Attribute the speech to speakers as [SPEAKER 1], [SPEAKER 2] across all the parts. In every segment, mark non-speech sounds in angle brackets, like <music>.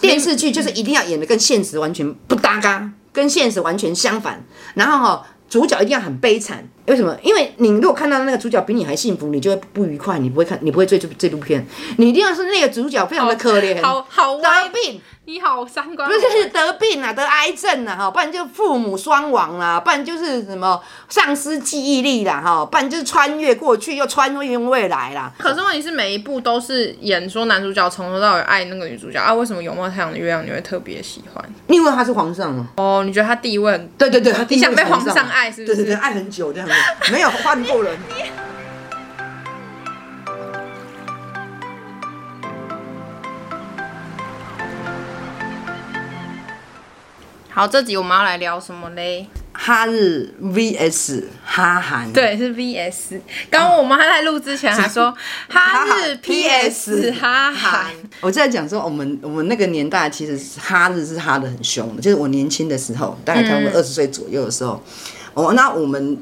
[SPEAKER 1] 电视剧就是一定要演的跟现实完全不搭嘎，跟现实完全相反。然后哈、哦主角一定要很悲惨，为什么？因为你如果看到那个主角比你还幸福，你就会不愉快，你不会看，你不会追这这部片。你一定要是那个主角非常的可怜，
[SPEAKER 2] 好好
[SPEAKER 1] 得
[SPEAKER 2] 歪，
[SPEAKER 1] 病，
[SPEAKER 2] 你好三观
[SPEAKER 1] 不是得病啊，得癌症啊，哈，不然就父母双亡啦、不然就是什么丧失记忆力啦，哈，不然就是穿越过去又穿越未来啦。
[SPEAKER 2] 可是问题是，每一部都是演说男主角从头到尾爱那个女主角啊，为什么《有梦太阳的月亮》你会特别喜欢？
[SPEAKER 1] 因为他是皇上嘛，
[SPEAKER 2] 哦，你觉得他地位很
[SPEAKER 1] 对对对，他
[SPEAKER 2] 你想被
[SPEAKER 1] 定位
[SPEAKER 2] 皇上爱是不是
[SPEAKER 1] 对对对，爱很久这样子，没有换过
[SPEAKER 2] <laughs>
[SPEAKER 1] 人。
[SPEAKER 2] 好？这集我们要来聊什么嘞？
[SPEAKER 1] 哈日 VS 哈韩，，
[SPEAKER 2] 对，是 VS。刚刚我妈在录之前还说哦 <laughs> 哈日 PS 哈韩，
[SPEAKER 1] 我在讲说，我们我们那个年代其实是哈日是哈的很凶的，就是我年轻的时候，大概差
[SPEAKER 2] 嗯
[SPEAKER 1] 不多二十岁左右的时候，哦，那我们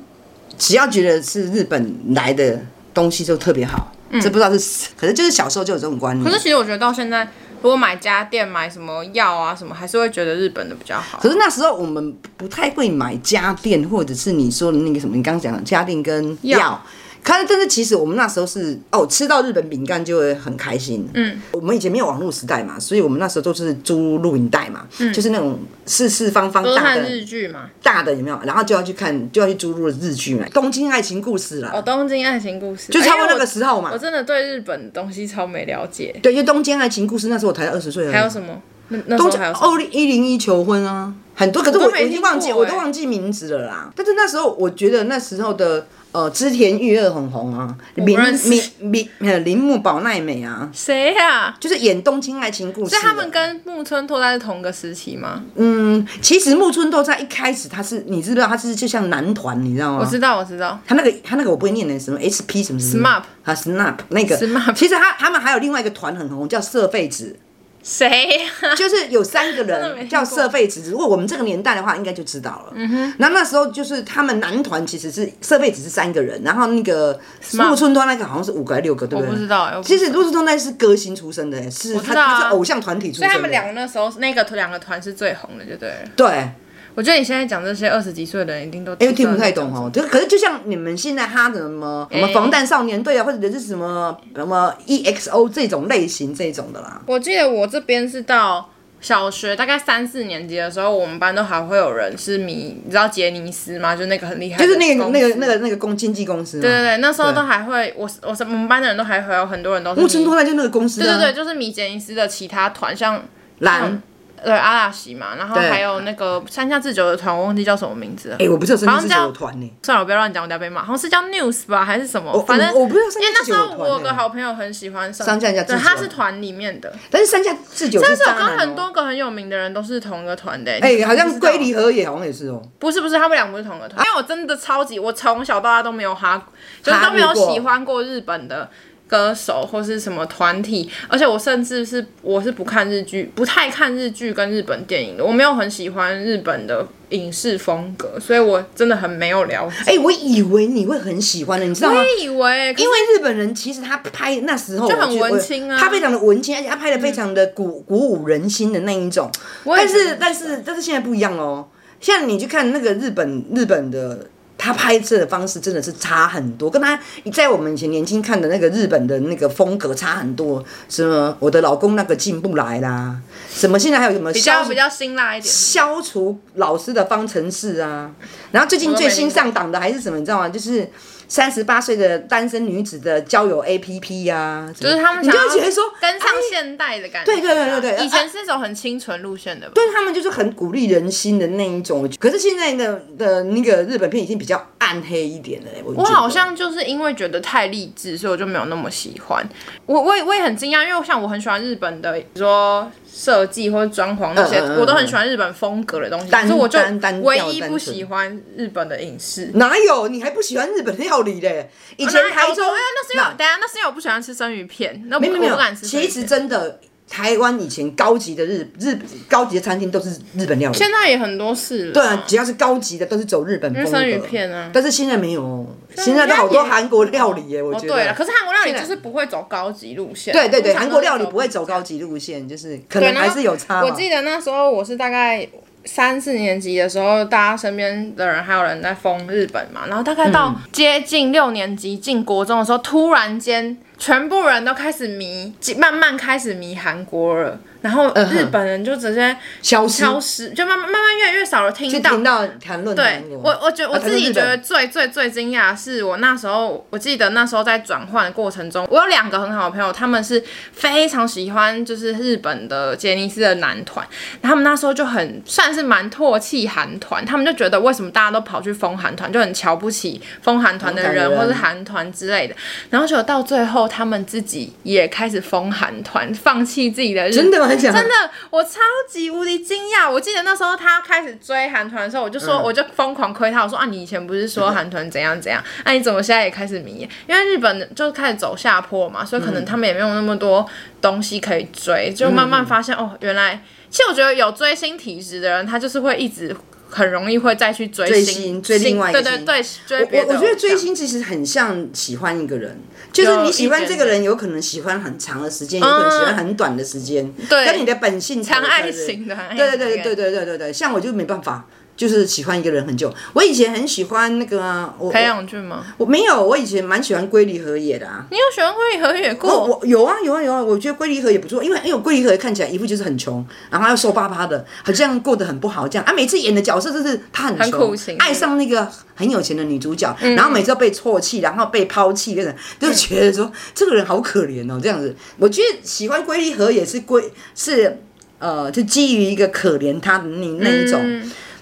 [SPEAKER 1] 只要觉得是日本来的东西就特别好，
[SPEAKER 2] 嗯
[SPEAKER 1] 这不知道是，可是就是小时候就有这种观念。
[SPEAKER 2] 可是其实我觉得到现在，如果买家电买什么药啊什么，还是会觉得日本的比较好
[SPEAKER 1] 可。是那时候我们不太会买家电，或者是你说的那个什么，你刚刚讲的家电跟
[SPEAKER 2] 药
[SPEAKER 1] 药。看，但是其实我们那时候是哦，吃到日本饼干就会很开心。嗯，我们以前没有网络时代嘛，所以我们那时候都是租录影带嘛，就是那种四四方方
[SPEAKER 2] 都是
[SPEAKER 1] 大
[SPEAKER 2] 看
[SPEAKER 1] 的
[SPEAKER 2] 嗯日剧嘛，
[SPEAKER 1] 大的有没有？然后就要去看，就要去租录日剧嘛，《东京爱情故事》啦，
[SPEAKER 2] 哦，《东京爱情故事》
[SPEAKER 1] 就差不多
[SPEAKER 2] 哎因为
[SPEAKER 1] 那个时候嘛
[SPEAKER 2] 我我真的对日本的东西超没了解。
[SPEAKER 1] 对，就《东京爱情故事》那时候我才二十岁而已。
[SPEAKER 2] 还有什么？那那时
[SPEAKER 1] 嗯东哦
[SPEAKER 2] 候
[SPEAKER 1] 京
[SPEAKER 2] 还有什么？
[SPEAKER 1] 二零一零一求婚啊，很多，可是我
[SPEAKER 2] 我都没
[SPEAKER 1] 我已经
[SPEAKER 2] 听过
[SPEAKER 1] 忘记，
[SPEAKER 2] 欸
[SPEAKER 1] 我都忘记名字了啦。但是那时候我觉得那时候的呃织田裕二很红啊，铃
[SPEAKER 2] 认识
[SPEAKER 1] 铃铃呃铃木保奈美啊，
[SPEAKER 2] 谁呀？
[SPEAKER 1] 就是演《东京爱情故事》
[SPEAKER 2] 所
[SPEAKER 1] 的。
[SPEAKER 2] 以他们跟木村拓哉是同个时期吗？
[SPEAKER 1] 嗯，其实木村拓哉一开始他是，你知不知道他是就像男团，你知道吗？
[SPEAKER 2] 我知道，我知道。
[SPEAKER 1] 他那个他那个我不会念的，什么 SP 什么什么
[SPEAKER 2] SMAP
[SPEAKER 1] 啊 SNAP 那个
[SPEAKER 2] SMAP
[SPEAKER 1] 其实他他们还有另外一个团很红，叫社费子，
[SPEAKER 2] 谁呀？ <laughs>
[SPEAKER 1] 就是有三个
[SPEAKER 2] 真的没
[SPEAKER 1] 人
[SPEAKER 2] 听
[SPEAKER 1] 叫
[SPEAKER 2] 过
[SPEAKER 1] 社费子，如果我们这个年代的话，应该就知道了。嗯哼。那那时候就是他们男团其实是社费子是三个人，然后那个木村拓那个好像是五个还是六个，对
[SPEAKER 2] 我
[SPEAKER 1] 不对？
[SPEAKER 2] 不知。道哎。我不
[SPEAKER 1] 其实木村拓那是歌星出身的，是他
[SPEAKER 2] 知道啊
[SPEAKER 1] 他是偶像团体出身
[SPEAKER 2] 所
[SPEAKER 1] 的。
[SPEAKER 2] 以他们两个那时候那个两个团是最红的，就对了。
[SPEAKER 1] 对，
[SPEAKER 2] 我觉得你现在讲这些二十几岁的人一定都
[SPEAKER 1] 因为听不太懂
[SPEAKER 2] 知道
[SPEAKER 1] 哦。就可是就像你们现在哈的什么什么防弹少年队啊，或者是什么什么 EXO 这种类型这种的啦。
[SPEAKER 2] 我记得我这边是到小学大概三四年级的时候，我们班都还会有人是迷，你知道杰尼斯吗？就那个很厉害的
[SPEAKER 1] 就
[SPEAKER 2] 公
[SPEAKER 1] 是
[SPEAKER 2] 司，
[SPEAKER 1] 那个那个那个那个公经纪公司嘛，
[SPEAKER 2] 对对对，那时候
[SPEAKER 1] 对
[SPEAKER 2] 都还会，我我我们班的人都还会有很多人都是
[SPEAKER 1] 木村
[SPEAKER 2] 迷
[SPEAKER 1] 拓哉就那个公司、啊，
[SPEAKER 2] 对对对，就是迷杰尼斯的其他团，像
[SPEAKER 1] 蓝，
[SPEAKER 2] 对阿拉西嘛，然后
[SPEAKER 1] 对
[SPEAKER 2] 还有那个山下智久的团，我忘记叫什么名字了
[SPEAKER 1] 哎、。我不知道生
[SPEAKER 2] 好
[SPEAKER 1] 是
[SPEAKER 2] 像
[SPEAKER 1] 九
[SPEAKER 2] 叫
[SPEAKER 1] 团呢、
[SPEAKER 2] 算了，我不要乱讲，我等下被骂。好像是叫 News 吧，还是什么？
[SPEAKER 1] 我
[SPEAKER 2] 反正
[SPEAKER 1] 我我不知道
[SPEAKER 2] 因为那时候
[SPEAKER 1] 三下智久有团
[SPEAKER 2] 我有
[SPEAKER 1] 欸
[SPEAKER 2] 个好朋友很喜欢上
[SPEAKER 1] 上下下智久
[SPEAKER 2] 对，他是团里面的。
[SPEAKER 1] 但是山下智久
[SPEAKER 2] 但
[SPEAKER 1] 是
[SPEAKER 2] 是
[SPEAKER 1] 渣
[SPEAKER 2] 我
[SPEAKER 1] 男、
[SPEAKER 2] 跟
[SPEAKER 1] 哦
[SPEAKER 2] 很多个很有名的人都是同一个团的、
[SPEAKER 1] 哎、
[SPEAKER 2] 你
[SPEAKER 1] 好
[SPEAKER 2] 不
[SPEAKER 1] 像
[SPEAKER 2] 知道
[SPEAKER 1] 龟梨和也好像也是哦、
[SPEAKER 2] 不是不是，他们俩不是同一个团。因为我真的超级，我从小到大都没有哈，就是
[SPEAKER 1] 哈
[SPEAKER 2] 都没有
[SPEAKER 1] 日过
[SPEAKER 2] 喜欢过日本的歌手或是什么团体，而且我甚至是我是不看日剧，不太看日剧跟日本电影的，我没有很喜欢日本的影视风格，所以我真的很没有了解。
[SPEAKER 1] 哎、我以为你会很喜欢的，你知道
[SPEAKER 2] 我
[SPEAKER 1] 吗？
[SPEAKER 2] 也以为，可是
[SPEAKER 1] 因为日本人其实他拍那时候
[SPEAKER 2] 就很
[SPEAKER 1] 我觉得
[SPEAKER 2] 文青啊
[SPEAKER 1] 他非常的文青，而且他拍的非常的鼓、鼓舞人心的那一种。
[SPEAKER 2] 也
[SPEAKER 1] 但
[SPEAKER 2] 觉
[SPEAKER 1] 是但是但是现在不一样哦，现在你去看那个日本日本的。他拍摄的方式真的是差很多，跟他在我们以前年轻看的那个日本的那个风格差很多。什么我的老公那个进不来啦，什么现在还有什么
[SPEAKER 2] 比较
[SPEAKER 1] 消
[SPEAKER 2] 比较辛辣一点。
[SPEAKER 1] 消除老师的方程式啊。然后最近最新上档的还是什么，你知道吗？就是三十八岁的单身女子的交友 APP 呀、啊，就
[SPEAKER 2] 就是他们
[SPEAKER 1] 你
[SPEAKER 2] 想
[SPEAKER 1] 就
[SPEAKER 2] 要
[SPEAKER 1] 会觉得说
[SPEAKER 2] 跟上
[SPEAKER 1] 哎
[SPEAKER 2] 现代的感觉、
[SPEAKER 1] 对对对对对啊
[SPEAKER 2] 以前是走很清纯路线的吧？
[SPEAKER 1] 但是他们就是很鼓励人心的那一种，可是现在的的那个日本片已经比较暗黑一点了、我我
[SPEAKER 2] 我好像就是因为觉得太励志，所以我就没有那么喜欢。我我也我也很惊讶，因为我像我很喜欢日本的，比如说设计或者装潢那些，
[SPEAKER 1] 嗯嗯嗯
[SPEAKER 2] 我都很喜欢日本风格的东西。
[SPEAKER 1] 单
[SPEAKER 2] 可是我就
[SPEAKER 1] 单单
[SPEAKER 2] 唯
[SPEAKER 1] 调
[SPEAKER 2] 一
[SPEAKER 1] 单
[SPEAKER 2] 不
[SPEAKER 1] 纯
[SPEAKER 2] 喜欢日本的影视。
[SPEAKER 1] 哪有你还不喜欢日本料理嘞？以前
[SPEAKER 2] 那
[SPEAKER 1] 台中
[SPEAKER 2] 哦对啊那是因为
[SPEAKER 1] 那
[SPEAKER 2] 等一下那是因为我不喜欢吃生鱼片，那我
[SPEAKER 1] 没有没有
[SPEAKER 2] 我不
[SPEAKER 1] 没有，
[SPEAKER 2] 敢吃生鱼
[SPEAKER 1] 其
[SPEAKER 2] 片。
[SPEAKER 1] 实真的。台湾以前高级的日日高级的餐厅都是日本料理。
[SPEAKER 2] 现在也很多事了。
[SPEAKER 1] 对啊，只要是高级的都是走日本风格。
[SPEAKER 2] 生鱼片啊
[SPEAKER 1] 但是现在没有哦，现在都好多韩国料理耶，我
[SPEAKER 2] 哦
[SPEAKER 1] 觉得。
[SPEAKER 2] 对了，可是韩国料理就是不会走高级路线。
[SPEAKER 1] 对对对，
[SPEAKER 2] 通常
[SPEAKER 1] 韩
[SPEAKER 2] 都
[SPEAKER 1] 国
[SPEAKER 2] 是
[SPEAKER 1] 料理
[SPEAKER 2] 走
[SPEAKER 1] 不会走高级路线，就是可
[SPEAKER 2] 对，
[SPEAKER 1] 能
[SPEAKER 2] 然后
[SPEAKER 1] 还是有差嘛。
[SPEAKER 2] 我记得那时候我是大概三四年级的时候，大家身边的人还有人在疯日本嘛，然后大概到
[SPEAKER 1] 嗯
[SPEAKER 2] 接近六年级进国中的时候，突然间全部人都开始迷，慢慢开始迷韩国了，然后
[SPEAKER 1] 嗯哼
[SPEAKER 2] 日本人就直接
[SPEAKER 1] 消失，
[SPEAKER 2] 消失，就慢慢慢慢越来越少了
[SPEAKER 1] 就
[SPEAKER 2] 听到
[SPEAKER 1] 听。到谈论
[SPEAKER 2] 对
[SPEAKER 1] 韩国。
[SPEAKER 2] 我，我觉得我
[SPEAKER 1] 啊可是
[SPEAKER 2] 自己
[SPEAKER 1] 日
[SPEAKER 2] 觉
[SPEAKER 1] 本
[SPEAKER 2] 得最最最惊讶的是我那时候，我记得那时候在转换的过程中，我有两个很好的朋友，他们是非常喜欢就是日本的杰尼斯的男团，然后他们那时候就很算是蛮唾弃韩团，他们就觉得为什么大家都跑去疯韩团，就很瞧不起疯韩团的
[SPEAKER 1] 疯韩
[SPEAKER 2] 人
[SPEAKER 1] 人
[SPEAKER 2] 或是韩团之类的，然后结果到最后他们自己也开始疯韩团，放弃自己的日
[SPEAKER 1] 真的吗？讲
[SPEAKER 2] 真的，我超级无敌惊讶！我记得那时候他开始追韩团的时候，我就说，我就疯狂亏他，我说啊，你以前不是说韩团怎样怎样，那、你怎么现在也开始迷？因为日本就开始走下坡嘛，所以可能他们也没有那么多东西可以追，就慢慢发现、哦，原来其实我觉得有追星体质的人，他就是会一直很容易会再去追
[SPEAKER 1] 追
[SPEAKER 2] 星
[SPEAKER 1] 星追另外一
[SPEAKER 2] 对
[SPEAKER 1] 个
[SPEAKER 2] 对
[SPEAKER 1] 星
[SPEAKER 2] 对，追
[SPEAKER 1] 我
[SPEAKER 2] 别的
[SPEAKER 1] 我觉得追
[SPEAKER 2] 偶像
[SPEAKER 1] 星其实很像喜欢一个人，就是你喜欢这个人，有可能喜欢很长的时间，有可能喜欢很短的时间，
[SPEAKER 2] 对
[SPEAKER 1] 跟你的本性
[SPEAKER 2] 常
[SPEAKER 1] 投射
[SPEAKER 2] 爱型的，很爱
[SPEAKER 1] 对对
[SPEAKER 2] 型的
[SPEAKER 1] 对
[SPEAKER 2] 人
[SPEAKER 1] 对对对对对，像我就没办法，就是喜欢一个人很久。我以前很喜欢那个啊，我
[SPEAKER 2] 裴勇俊吗？
[SPEAKER 1] 我没有，我以前蛮喜欢龟梨和也的啊。
[SPEAKER 2] 你有喜欢龟梨和也
[SPEAKER 1] 我
[SPEAKER 2] 过？
[SPEAKER 1] 我有啊有啊有啊，我觉得龟梨和也不错，因为因为龟梨和也看起来一副就是很穷，然后又瘦巴巴的，好像过得很不好这样啊。每次演的角色就是他很
[SPEAKER 2] 很
[SPEAKER 1] 穷，
[SPEAKER 2] 苦情嗯
[SPEAKER 1] 爱上那个很有钱的女主角，嗯然后每次都被唾弃，然后被抛弃，那种就觉得说、这个人好可怜哦这样子。我觉得喜欢龟梨和也是龟是呃，就基于一个可怜他的那那一种。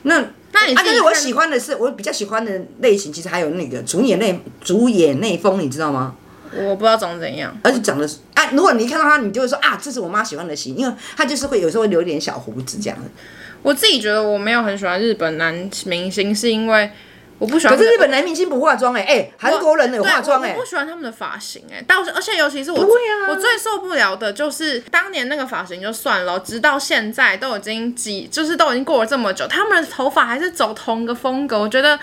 [SPEAKER 1] 那
[SPEAKER 2] 嗯那你
[SPEAKER 1] 啊，
[SPEAKER 2] 自己
[SPEAKER 1] 但是我
[SPEAKER 2] 看
[SPEAKER 1] 喜欢的是，我比较喜欢的类型，其实还有那个主演内主演内丰，你知道吗？
[SPEAKER 2] 我不知道长怎样。
[SPEAKER 1] 而且长得啊，如果你一看到他，你就会说啊，这是我妈喜欢的型，因为他就是会有时候会留一点小胡子这样。
[SPEAKER 2] 我自己觉得我没有很喜欢日本男明星，是因为我不喜欢
[SPEAKER 1] 可
[SPEAKER 2] 他们。
[SPEAKER 1] 是日本男明星不化妆哎、哎、韩国人有化妆哎、
[SPEAKER 2] 对我我不喜欢他们的发型哎、但我而且尤其是我、
[SPEAKER 1] 对啊
[SPEAKER 2] 我最受不了的就是当年那个发型就算了，直到现在都已经几，就是都已经过了这么久，他们的头发还是走同一个风格，我觉得。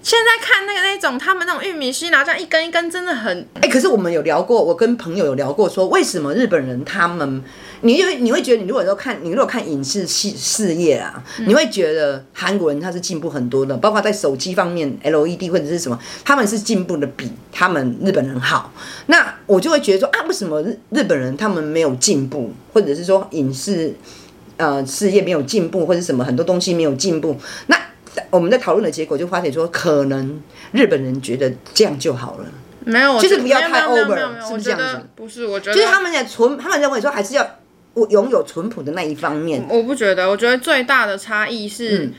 [SPEAKER 2] 现在看那个那种他们那种玉米须，然后这样一根一根，真的很
[SPEAKER 1] 哎、可是我们有聊过，我跟朋友有聊过，说为什么日本人他们，你因为你会觉得，你如果都看，你如果看影视系事业啊，你会觉得韩国人他是进步很多的，包括在手机方面，LED 或者是什么，他们是进步的比他们日本人好。那我就会觉得说啊，为什么日日本人他们没有进步，或者是说影视呃事业没有进步，或者什么很多东西没有进步？那我们在讨论的结果就发现说，可能日本人觉得这样就好了。
[SPEAKER 2] 没有，
[SPEAKER 1] 就是
[SPEAKER 2] 我觉得
[SPEAKER 1] 不要太
[SPEAKER 2] 没有没有
[SPEAKER 1] over，
[SPEAKER 2] 没有没有
[SPEAKER 1] 是
[SPEAKER 2] 我
[SPEAKER 1] 不是
[SPEAKER 2] 觉
[SPEAKER 1] 这样
[SPEAKER 2] 得
[SPEAKER 1] 子
[SPEAKER 2] 不是，我觉得
[SPEAKER 1] 就是他们的淳，他们认为说还是要拥有淳朴的那一方面。
[SPEAKER 2] 我不觉得，我觉得最大的差异是，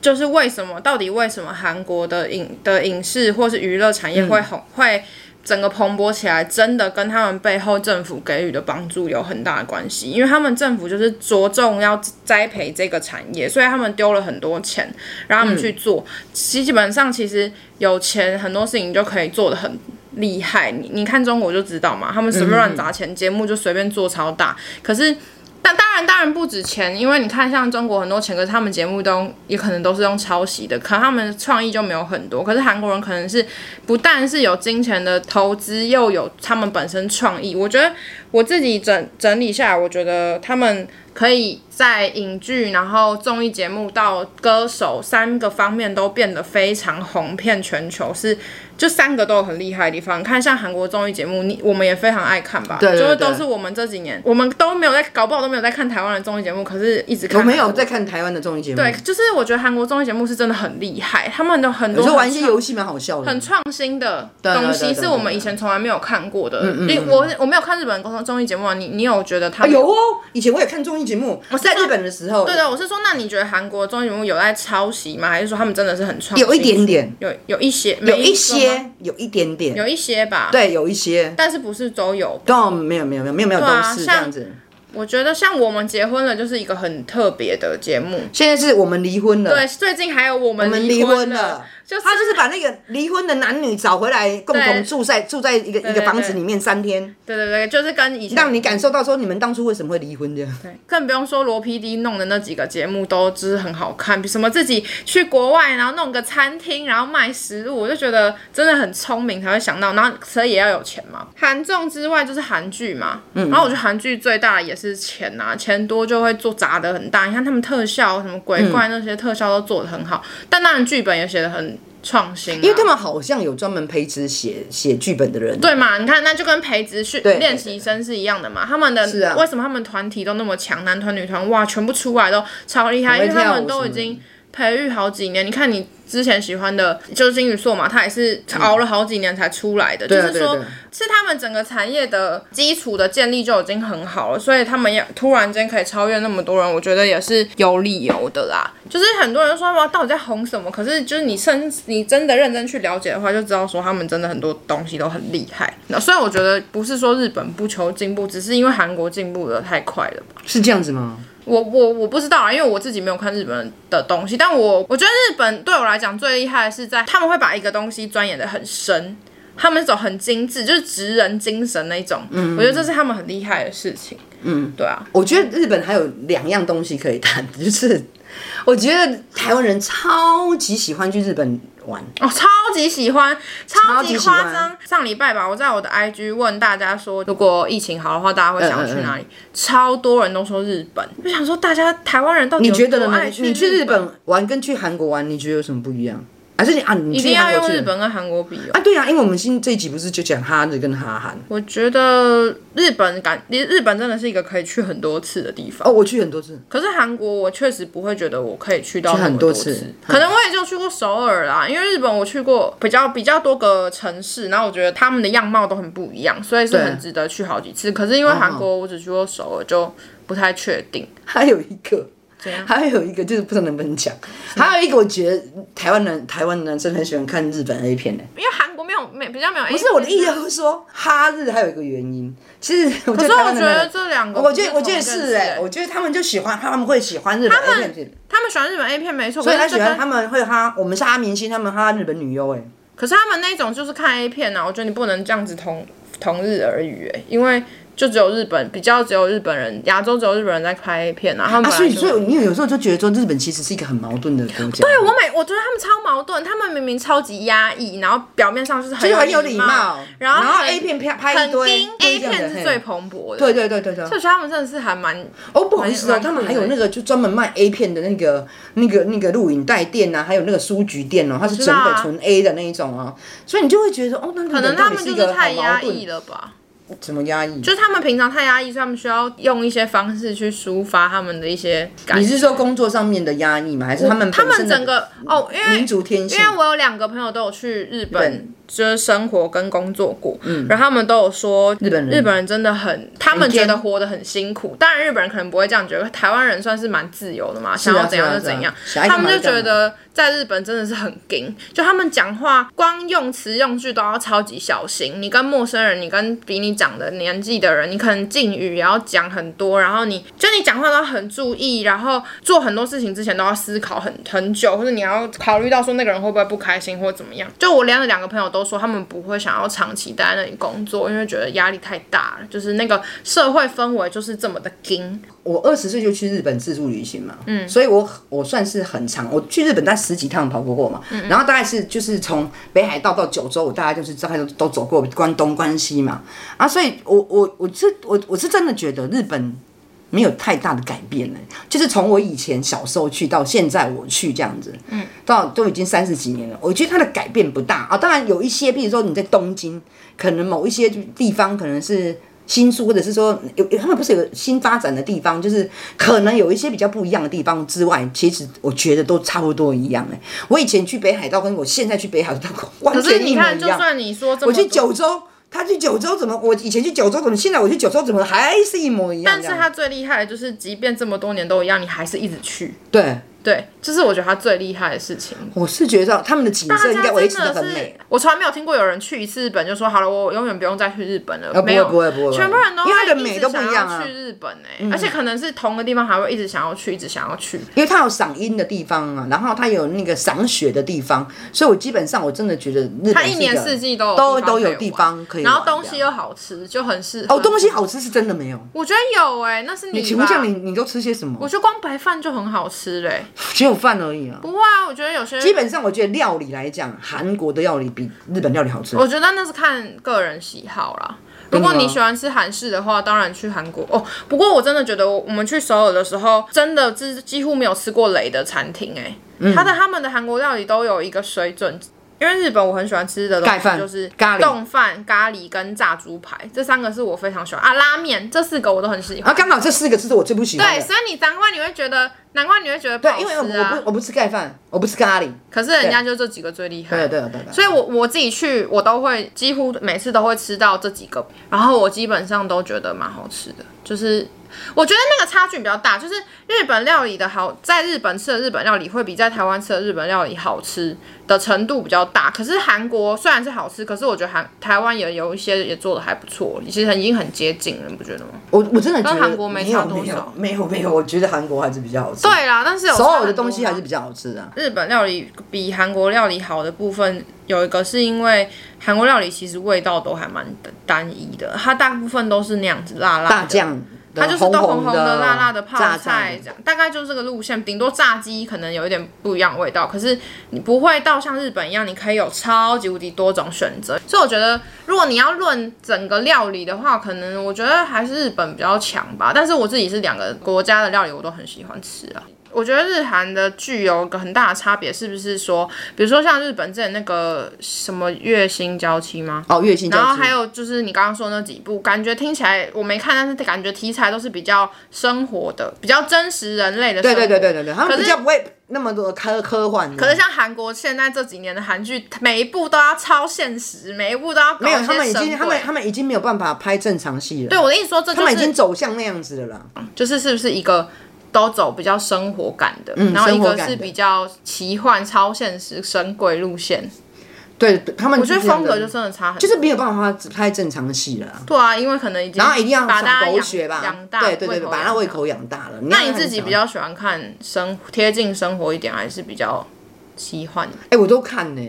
[SPEAKER 2] 就是为什么到底为什么韩国的影的影视或是娱乐产业会红、会整个蓬勃起来，真的跟他们背后政府给予的帮助有很大的关系，因为他们政府就是着重要栽培这个产业，所以他们丢了很多钱让他们去做。基基本上其实有钱，很多事情就可以做得很厉害。你你看中国就知道嘛，他们随便乱砸钱，节目就随便做超大。可是，但当然当然不止钱，因为你看像中国很多钱，可是他们节目都也可能都是用抄袭的，可他们创意就没有很多。可是韩国人可能是不但是有金钱的投资，又有他们本身创意。我觉得我自己整整理下来，我觉得他们可以在影剧，然后综艺节目到歌手三个方面都变得非常红遍全球，是就三个都有很厉害的地方。你看，像韩国综艺节目，你我们也非常爱看吧？
[SPEAKER 1] 对对对
[SPEAKER 2] 就是都是我们这几年，我们都没有在，搞不好都没有在看台湾的综艺节目，可是一直看。
[SPEAKER 1] 我没有在。看台湾的综艺节目，
[SPEAKER 2] 对，，就是我觉得韩国综艺节目是真的很厉害，他们的很
[SPEAKER 1] 有
[SPEAKER 2] 多
[SPEAKER 1] 时候玩
[SPEAKER 2] 很
[SPEAKER 1] 一些
[SPEAKER 2] 创
[SPEAKER 1] 游戏蛮好笑的，
[SPEAKER 2] 很创新的
[SPEAKER 1] 对对
[SPEAKER 2] 东
[SPEAKER 1] 对
[SPEAKER 2] 西，
[SPEAKER 1] 对
[SPEAKER 2] 是我们
[SPEAKER 1] 对
[SPEAKER 2] 以前从来没有看过的。因为我我没有看日本综综艺节目啊，你你有觉得
[SPEAKER 1] 啊
[SPEAKER 2] 他们
[SPEAKER 1] 有哦。以前我也看综艺节目，我在
[SPEAKER 2] 知道
[SPEAKER 1] 日本的时候，
[SPEAKER 2] 对啊的，我是说，那你觉得韩国综艺节目有在抄袭吗？还是说他们真的是很创新？
[SPEAKER 1] 有一点，点，
[SPEAKER 2] 有有一些，
[SPEAKER 1] 有
[SPEAKER 2] 每
[SPEAKER 1] 一
[SPEAKER 2] 个吗，
[SPEAKER 1] 些，有一点点，
[SPEAKER 2] 有一些吧。，
[SPEAKER 1] 对，有一些，
[SPEAKER 2] 但是不是都有？
[SPEAKER 1] 但没有没有没有没有没有
[SPEAKER 2] 对啊
[SPEAKER 1] 都是这
[SPEAKER 2] 像
[SPEAKER 1] 样子。
[SPEAKER 2] 我觉得像我们结婚了，就是一个很特别的节目。
[SPEAKER 1] 现在是我们离婚了，
[SPEAKER 2] 对，最近还有我
[SPEAKER 1] 我
[SPEAKER 2] 们
[SPEAKER 1] 们
[SPEAKER 2] 离
[SPEAKER 1] 离婚
[SPEAKER 2] 了
[SPEAKER 1] 了，，
[SPEAKER 2] 就是
[SPEAKER 1] 他就是把那个离婚的男女找回来，共
[SPEAKER 2] 对
[SPEAKER 1] 同住在住在一个一
[SPEAKER 2] 对
[SPEAKER 1] 个
[SPEAKER 2] 对
[SPEAKER 1] 房子里面三天，
[SPEAKER 2] 对对对，就是跟以前
[SPEAKER 1] 让你感受到说你们当初为什么会离婚这样。
[SPEAKER 2] 对，更不用说罗 PD 弄的那几个节目都就是很好看，比什么自己去国外然后弄个餐厅，然后卖食物，我就觉得真的很聪明才会想到，然后所以也要有钱嘛。韩综之外就是韩剧嘛，
[SPEAKER 1] 嗯
[SPEAKER 2] 然后我觉得韩剧最大的也是钱呐、钱多就会做砸的很大。你看他们特效什么
[SPEAKER 1] 嗯
[SPEAKER 2] 鬼怪那些特效都做的很好，但当然剧本也写的很创新、啊，
[SPEAKER 1] 因为他们好像有专门培植写写剧本的人，
[SPEAKER 2] 对嘛？你看，那就跟培植训
[SPEAKER 1] 对对
[SPEAKER 2] 练习生是一样的嘛。他们的、
[SPEAKER 1] 是啊
[SPEAKER 2] 为什么他们团体都那么强，男团、女团哇，全部出来都超厉害，因
[SPEAKER 1] 很会
[SPEAKER 2] 为他
[SPEAKER 1] 跳舞
[SPEAKER 2] 们都已
[SPEAKER 1] 什么的
[SPEAKER 2] 经培育好几年。你看你之前喜欢的就是金宇硕嘛，他也是熬了好几年才出来的，
[SPEAKER 1] 嗯对啊
[SPEAKER 2] 就是说
[SPEAKER 1] 对啊对啊
[SPEAKER 2] 是他们整个产业的基础的建立就已经很好了，所以他们要突然间可以超越那么多人，我觉得也是有理由的啦。就是很多人说哇，到底在红什么？可是就是你深你真的认真去了解的话，就知道说他们真的很多东西都很厉害。那所以我觉得不是说日本不求进步，只是因为韩国进步的太快了吧。
[SPEAKER 1] 是这样子吗？
[SPEAKER 2] 我我我不知道啊，因为我自己没有看日本的东西，但我我觉得日本对我来讲最厉害的是在他们会把一个东西钻研的很深，他们走很精致，就是职人精神那一种，
[SPEAKER 1] 嗯
[SPEAKER 2] 我觉得这是他们很厉害的事情。嗯，对啊，
[SPEAKER 1] 我觉得日本还有两样东西可以谈，就是我觉得台湾人超级喜欢去日本玩，
[SPEAKER 2] 哦，超级喜欢，超
[SPEAKER 1] 超
[SPEAKER 2] 级
[SPEAKER 1] 级喜
[SPEAKER 2] 夸
[SPEAKER 1] 欢
[SPEAKER 2] 张。上礼拜吧，我在我的 IG 问大家说，如果疫情好的话，大家会想要去哪
[SPEAKER 1] 嗯
[SPEAKER 2] 里？超多人都说日本，我想说大家台湾人到底
[SPEAKER 1] 你
[SPEAKER 2] 有
[SPEAKER 1] 觉得
[SPEAKER 2] 多
[SPEAKER 1] 呢
[SPEAKER 2] 爱？去
[SPEAKER 1] 你去
[SPEAKER 2] 日
[SPEAKER 1] 日本玩跟去韩国玩，你觉得有什么不一样？还是你啊，你
[SPEAKER 2] 一
[SPEAKER 1] 去
[SPEAKER 2] 定要
[SPEAKER 1] 韩国
[SPEAKER 2] 用
[SPEAKER 1] 去
[SPEAKER 2] 日本跟韩国比哦。
[SPEAKER 1] 啊？对啊，因为我们今这一集不是就讲哈日跟哈韩
[SPEAKER 2] 我觉得日本感，日本真的是一个可以去很多次的地方。
[SPEAKER 1] 哦，我去很多次，
[SPEAKER 2] 可是韩国，我确实不会觉得我可以去到
[SPEAKER 1] 去很
[SPEAKER 2] 那么多
[SPEAKER 1] 多次嗯
[SPEAKER 2] 可能我也就去过首尔啦，因为日本我去过比较比较多个城市，然后我觉得他们的样貌都很不一样，所以是
[SPEAKER 1] 对
[SPEAKER 2] 很值得去好几次。可是因为韩国，我只去过首尔，就不太确定。
[SPEAKER 1] 还有一个
[SPEAKER 2] 怎样。
[SPEAKER 1] 还有一个就是不知道能不能讲，还有一个我觉得台湾男台湾男生很喜欢看日本 A 片呢、
[SPEAKER 2] 因为韩国没有没比较没有，不
[SPEAKER 1] 不是我的意思是说哈日还有一个原因，其实我觉
[SPEAKER 2] 可
[SPEAKER 1] 得
[SPEAKER 2] 是
[SPEAKER 1] 台
[SPEAKER 2] 我
[SPEAKER 1] 湾
[SPEAKER 2] 觉
[SPEAKER 1] 的男
[SPEAKER 2] 得
[SPEAKER 1] 人
[SPEAKER 2] 这两个
[SPEAKER 1] 我
[SPEAKER 2] 不
[SPEAKER 1] 觉
[SPEAKER 2] 同
[SPEAKER 1] 得
[SPEAKER 2] 一件
[SPEAKER 1] 我觉得是
[SPEAKER 2] 事欸，
[SPEAKER 1] 哎、我觉得他们就喜欢他们会喜欢日本 A 片片，
[SPEAKER 2] 他们喜欢日本 A 片没错，
[SPEAKER 1] 所以
[SPEAKER 2] 可
[SPEAKER 1] 他
[SPEAKER 2] 是
[SPEAKER 1] 喜
[SPEAKER 2] 这
[SPEAKER 1] 欢
[SPEAKER 2] 跟
[SPEAKER 1] 他们会哈，我们是哈明星，他们哈日本女优哎、
[SPEAKER 2] 可是他们那种就是看 A 片啊，我觉得你不能这样子同同日而语、欸，因为就只有日本比较只有日本人，亚洲只有日本人在拍 A 片啊，他们
[SPEAKER 1] 啊，
[SPEAKER 2] 本
[SPEAKER 1] 所
[SPEAKER 2] 来
[SPEAKER 1] 以
[SPEAKER 2] 就、
[SPEAKER 1] 所以你有时候就觉得说日本其实是一个很矛盾的国家，对
[SPEAKER 2] 我每我觉得他们超矛盾，他们明明超级压抑，然后表面上就是很
[SPEAKER 1] 就很有
[SPEAKER 2] 礼
[SPEAKER 1] 礼貌，
[SPEAKER 2] 然后
[SPEAKER 1] 后
[SPEAKER 2] 很
[SPEAKER 1] A 片拍拍
[SPEAKER 2] 很
[SPEAKER 1] 一堆
[SPEAKER 2] 精
[SPEAKER 1] 就是
[SPEAKER 2] ，A
[SPEAKER 1] 这样
[SPEAKER 2] 片
[SPEAKER 1] 子
[SPEAKER 2] 是
[SPEAKER 1] 嘿
[SPEAKER 2] 最蓬勃的。
[SPEAKER 1] 对对对对对
[SPEAKER 2] 所以。我觉得他们真的是还蛮
[SPEAKER 1] 哦，不好意思啊，
[SPEAKER 2] 蛮
[SPEAKER 1] 他们还有那个就专门卖 A 片的那个、那个、那个录影带店啊，还有那个书局店哦、它是
[SPEAKER 2] 知
[SPEAKER 1] 整
[SPEAKER 2] 道啊
[SPEAKER 1] 本纯 A 的那一种啊，所以你就会觉得哦，那日
[SPEAKER 2] 可
[SPEAKER 1] 本
[SPEAKER 2] 能他
[SPEAKER 1] 到底
[SPEAKER 2] 们
[SPEAKER 1] 一
[SPEAKER 2] 就是
[SPEAKER 1] 个
[SPEAKER 2] 太
[SPEAKER 1] 好矛
[SPEAKER 2] 压
[SPEAKER 1] 盾
[SPEAKER 2] 抑，了吧。
[SPEAKER 1] 怎么压抑？
[SPEAKER 2] 就是他们平常太压抑，所以他们需要用一些方式去抒发他们的一些感
[SPEAKER 1] 你
[SPEAKER 2] 觉。
[SPEAKER 1] 是说工作上面的压抑吗？还是他们
[SPEAKER 2] 他
[SPEAKER 1] 本身
[SPEAKER 2] 们
[SPEAKER 1] 的
[SPEAKER 2] 整个哦，因为
[SPEAKER 1] 民族天性
[SPEAKER 2] 因？为我有两个朋友都有去日本
[SPEAKER 1] 本，
[SPEAKER 2] 就是生活跟工作过，然后他们都有说
[SPEAKER 1] 嗯日本人
[SPEAKER 2] 日本人真的很，他们觉得
[SPEAKER 1] 天
[SPEAKER 2] 活得很辛苦。当然日本人可能不会这样觉得，台湾人算是蛮自由的嘛，想要
[SPEAKER 1] 是啊
[SPEAKER 2] 怎样就是
[SPEAKER 1] 啊
[SPEAKER 2] 怎样。
[SPEAKER 1] 是啊想
[SPEAKER 2] 他
[SPEAKER 1] 要干
[SPEAKER 2] 们
[SPEAKER 1] 嘛
[SPEAKER 2] 就
[SPEAKER 1] 就干
[SPEAKER 2] 觉
[SPEAKER 1] 嘛
[SPEAKER 2] 得在日本真的是很硬，就他们讲话光用词用句都要超级小心。你跟陌生人，你跟比你长的年纪的人，你可能敬语也要讲很多，然后你就你讲话都要很注意，然后做很多事情之前都要思考很很久，或者你要考虑到说那个人会不会不开心或怎么样。就我连了两个朋友都说，他们不会想要长期待在那里工作，因为觉得压力太大了，就是那个社会氛围就是这么的硬。
[SPEAKER 1] 我二十岁就去日本自助旅行嘛，嗯，所以我我算是很长，我去日本大概十几趟跑过过嘛，
[SPEAKER 2] 嗯
[SPEAKER 1] 然后大概是就是从北海道到九州，我大概就是大概都都走过关东关西嘛，啊，所以我我我是我我是真的觉得日本没有太大的改变呢、就是从我以前小时候去到现在我去这样子，嗯，到都已经三十几年了，我觉得它的改变不大啊。当然有一些，比如说你在东京，可能某一些地方可能是新宿，或者是说有有他们不是有新发展的地方，就是可能有一些比较不一样的地方之外，其实我觉得都差不多一样哎、我以前去北海道跟我现在去北海道 <laughs> 完
[SPEAKER 2] 可是
[SPEAKER 1] 全一
[SPEAKER 2] 你
[SPEAKER 1] 模
[SPEAKER 2] 看，
[SPEAKER 1] 一
[SPEAKER 2] 就
[SPEAKER 1] 样。
[SPEAKER 2] 算你说这么
[SPEAKER 1] 我去
[SPEAKER 2] 多
[SPEAKER 1] 九州，他去九州怎么？我以前去九州怎么？现在我去九州怎么还是一模一样
[SPEAKER 2] 但
[SPEAKER 1] 这
[SPEAKER 2] 是
[SPEAKER 1] 样？
[SPEAKER 2] 他最厉害的就是，即便这么多年都一样，你还是一直去。
[SPEAKER 1] 对，
[SPEAKER 2] 对，这是我觉得他最厉害的事情。
[SPEAKER 1] 我是觉得他们的景色应该维持
[SPEAKER 2] 大
[SPEAKER 1] 的
[SPEAKER 2] 家
[SPEAKER 1] 很
[SPEAKER 2] 真的
[SPEAKER 1] 美
[SPEAKER 2] 是，，我从来没有听过有人去一次日本就说好了，我永远不用再去日本了。
[SPEAKER 1] 呃不
[SPEAKER 2] 没
[SPEAKER 1] 会
[SPEAKER 2] 有，
[SPEAKER 1] 不会不会，
[SPEAKER 2] 全部人都
[SPEAKER 1] 因为它的
[SPEAKER 2] 会一
[SPEAKER 1] 美
[SPEAKER 2] 直
[SPEAKER 1] 都不一样
[SPEAKER 2] 想要
[SPEAKER 1] 啊
[SPEAKER 2] 去，日本哎、而且可能是同个地方还会一直想要去，一直想要去。
[SPEAKER 1] 因为它有赏樱的地方啊，然后它有那个赏雪的地方，所以我基本上我真的觉得日本
[SPEAKER 2] 它
[SPEAKER 1] 是
[SPEAKER 2] 一
[SPEAKER 1] 个
[SPEAKER 2] 年四季都有
[SPEAKER 1] 都
[SPEAKER 2] 地方
[SPEAKER 1] 都有
[SPEAKER 2] 可以
[SPEAKER 1] 地
[SPEAKER 2] 玩
[SPEAKER 1] 方可以
[SPEAKER 2] 然
[SPEAKER 1] 玩的啊，
[SPEAKER 2] 后东西又好吃，就很适合。
[SPEAKER 1] 哦东西好吃是真的没有。
[SPEAKER 2] 我觉得有哎、那是你吧。
[SPEAKER 1] 请问像你，你都吃些什么？
[SPEAKER 2] 我觉得光白饭就很好吃嘞、
[SPEAKER 1] 只有饭而已啊。
[SPEAKER 2] 不会啊，我觉得有些
[SPEAKER 1] 基本上我觉得料理来讲，韩国的料理比日本料理好吃。
[SPEAKER 2] 我觉得那是看个人喜好啦。如
[SPEAKER 1] 真的吗
[SPEAKER 2] 果你喜欢吃韩式的话，当然去韩国哦。不过我真的觉得我，我们去首尔的时候，真的是几乎没有吃过雷的餐厅哎、
[SPEAKER 1] 嗯
[SPEAKER 2] 他的他们的韩国料理都有一个水准，因为日本我很喜欢吃的
[SPEAKER 1] 盖
[SPEAKER 2] 东西
[SPEAKER 1] 饭
[SPEAKER 2] 就是
[SPEAKER 1] 咖喱
[SPEAKER 2] 冻饭、咖喱跟炸猪排，这三个是我非常喜欢啊。拉面这四个我都很喜
[SPEAKER 1] 然后
[SPEAKER 2] 欢。
[SPEAKER 1] 啊刚好这四个字是我最不喜欢
[SPEAKER 2] 对，
[SPEAKER 1] 的。
[SPEAKER 2] 所以你难怪你会觉得，难怪你会觉得不好
[SPEAKER 1] 对，因为
[SPEAKER 2] 吃
[SPEAKER 1] 我
[SPEAKER 2] 啊
[SPEAKER 1] 不。我不吃盖饭，我不吃咖喱。
[SPEAKER 2] 可是人家就这几个最厉害。
[SPEAKER 1] 对对对对。
[SPEAKER 2] 所以我我自己去，我都会几乎每次都会吃到这几个，然后我基本上都觉得蛮好吃的，就是。我觉得那个差距比较大，就是日本料理的好，在日本吃的日本料理会比在台湾吃的日本料理好吃的程度比较大。可是韩国虽然是好吃，可是我觉得韩台湾也有一些也做的还不错，其实已经很接近了，你不觉得吗？
[SPEAKER 1] 我我真的觉得
[SPEAKER 2] 跟韩国没
[SPEAKER 1] 没有
[SPEAKER 2] 差多
[SPEAKER 1] 没有
[SPEAKER 2] 少
[SPEAKER 1] 没有没有，我觉得韩国还是比较好吃。，
[SPEAKER 2] 对啦，但是有
[SPEAKER 1] 所有
[SPEAKER 2] 差
[SPEAKER 1] 的
[SPEAKER 2] 很多
[SPEAKER 1] 东西
[SPEAKER 2] 啊
[SPEAKER 1] 还是比较好吃的啊。
[SPEAKER 2] 日本料理比韩国料理好的部分有一个是因为韩国料理其实味道都还蛮单一的，它大部分都是那样子辣辣
[SPEAKER 1] 大
[SPEAKER 2] 的。
[SPEAKER 1] 啊酱的，
[SPEAKER 2] 啊它就是都红
[SPEAKER 1] 红
[SPEAKER 2] 红
[SPEAKER 1] 的、
[SPEAKER 2] 辣辣的泡
[SPEAKER 1] 炸炸
[SPEAKER 2] 菜
[SPEAKER 1] 的
[SPEAKER 2] 这样，大概就是这个路线。顶多炸鸡可能有一点不一样的味道，可是你不会到像日本一样，你可以有超级无敌多种选择。所以我觉得，如果你要论整个料理的话，可能我觉得还是日本比较强吧。但是我自己是两个国家的料理我都很喜欢吃啊。我觉得日韩的剧有一个很大的差别，是不是说，比如说像日本之前那个什么月薪娇妻吗？
[SPEAKER 1] 哦，月薪
[SPEAKER 2] 然后
[SPEAKER 1] 交织
[SPEAKER 2] 还有就是你刚刚说那几部，感觉听起来我没看，但是感觉题材都是比较生活的，比较真实人类的
[SPEAKER 1] 对
[SPEAKER 2] 生
[SPEAKER 1] 对
[SPEAKER 2] 活。
[SPEAKER 1] 对对对对，他们
[SPEAKER 2] 可
[SPEAKER 1] 比
[SPEAKER 2] 是
[SPEAKER 1] 较不会那么多科科幻的。
[SPEAKER 2] 可是像韩国现在这几年的韩剧，每一部都要超现实，每一部都要搞
[SPEAKER 1] 没有，
[SPEAKER 2] 一些
[SPEAKER 1] 他们已
[SPEAKER 2] 神
[SPEAKER 1] 经他们
[SPEAKER 2] 鬼
[SPEAKER 1] 他们已经没有办法拍正常戏了。
[SPEAKER 2] 对我的意思说，这
[SPEAKER 1] 他
[SPEAKER 2] 就
[SPEAKER 1] 们已经
[SPEAKER 2] 是
[SPEAKER 1] 走向那样子了啦。
[SPEAKER 2] 就是是不是一个都走比较生活感的，然后一
[SPEAKER 1] 嗯生活
[SPEAKER 2] 个
[SPEAKER 1] 感
[SPEAKER 2] 是
[SPEAKER 1] 的
[SPEAKER 2] 比较奇幻、超现实、神鬼路线，
[SPEAKER 1] 对他们
[SPEAKER 2] 我觉得
[SPEAKER 1] 就是那
[SPEAKER 2] 风格
[SPEAKER 1] 个
[SPEAKER 2] 就真的差很多。
[SPEAKER 1] 就是没有办法拍正常的戏了啦。
[SPEAKER 2] 对啊，因为可能已经
[SPEAKER 1] 然后一定要
[SPEAKER 2] 把
[SPEAKER 1] 赏
[SPEAKER 2] 大家
[SPEAKER 1] 狗
[SPEAKER 2] 养
[SPEAKER 1] 血吧
[SPEAKER 2] 养，大，
[SPEAKER 1] 对对对，
[SPEAKER 2] 胃口
[SPEAKER 1] 把
[SPEAKER 2] 养
[SPEAKER 1] 他胃
[SPEAKER 2] 大
[SPEAKER 1] 口养大了。要
[SPEAKER 2] 那你
[SPEAKER 1] 看
[SPEAKER 2] 自己比
[SPEAKER 1] 什么，
[SPEAKER 2] 较喜欢看生贴近生活一点，还是比较奇幻的？
[SPEAKER 1] 哎，我都看呢，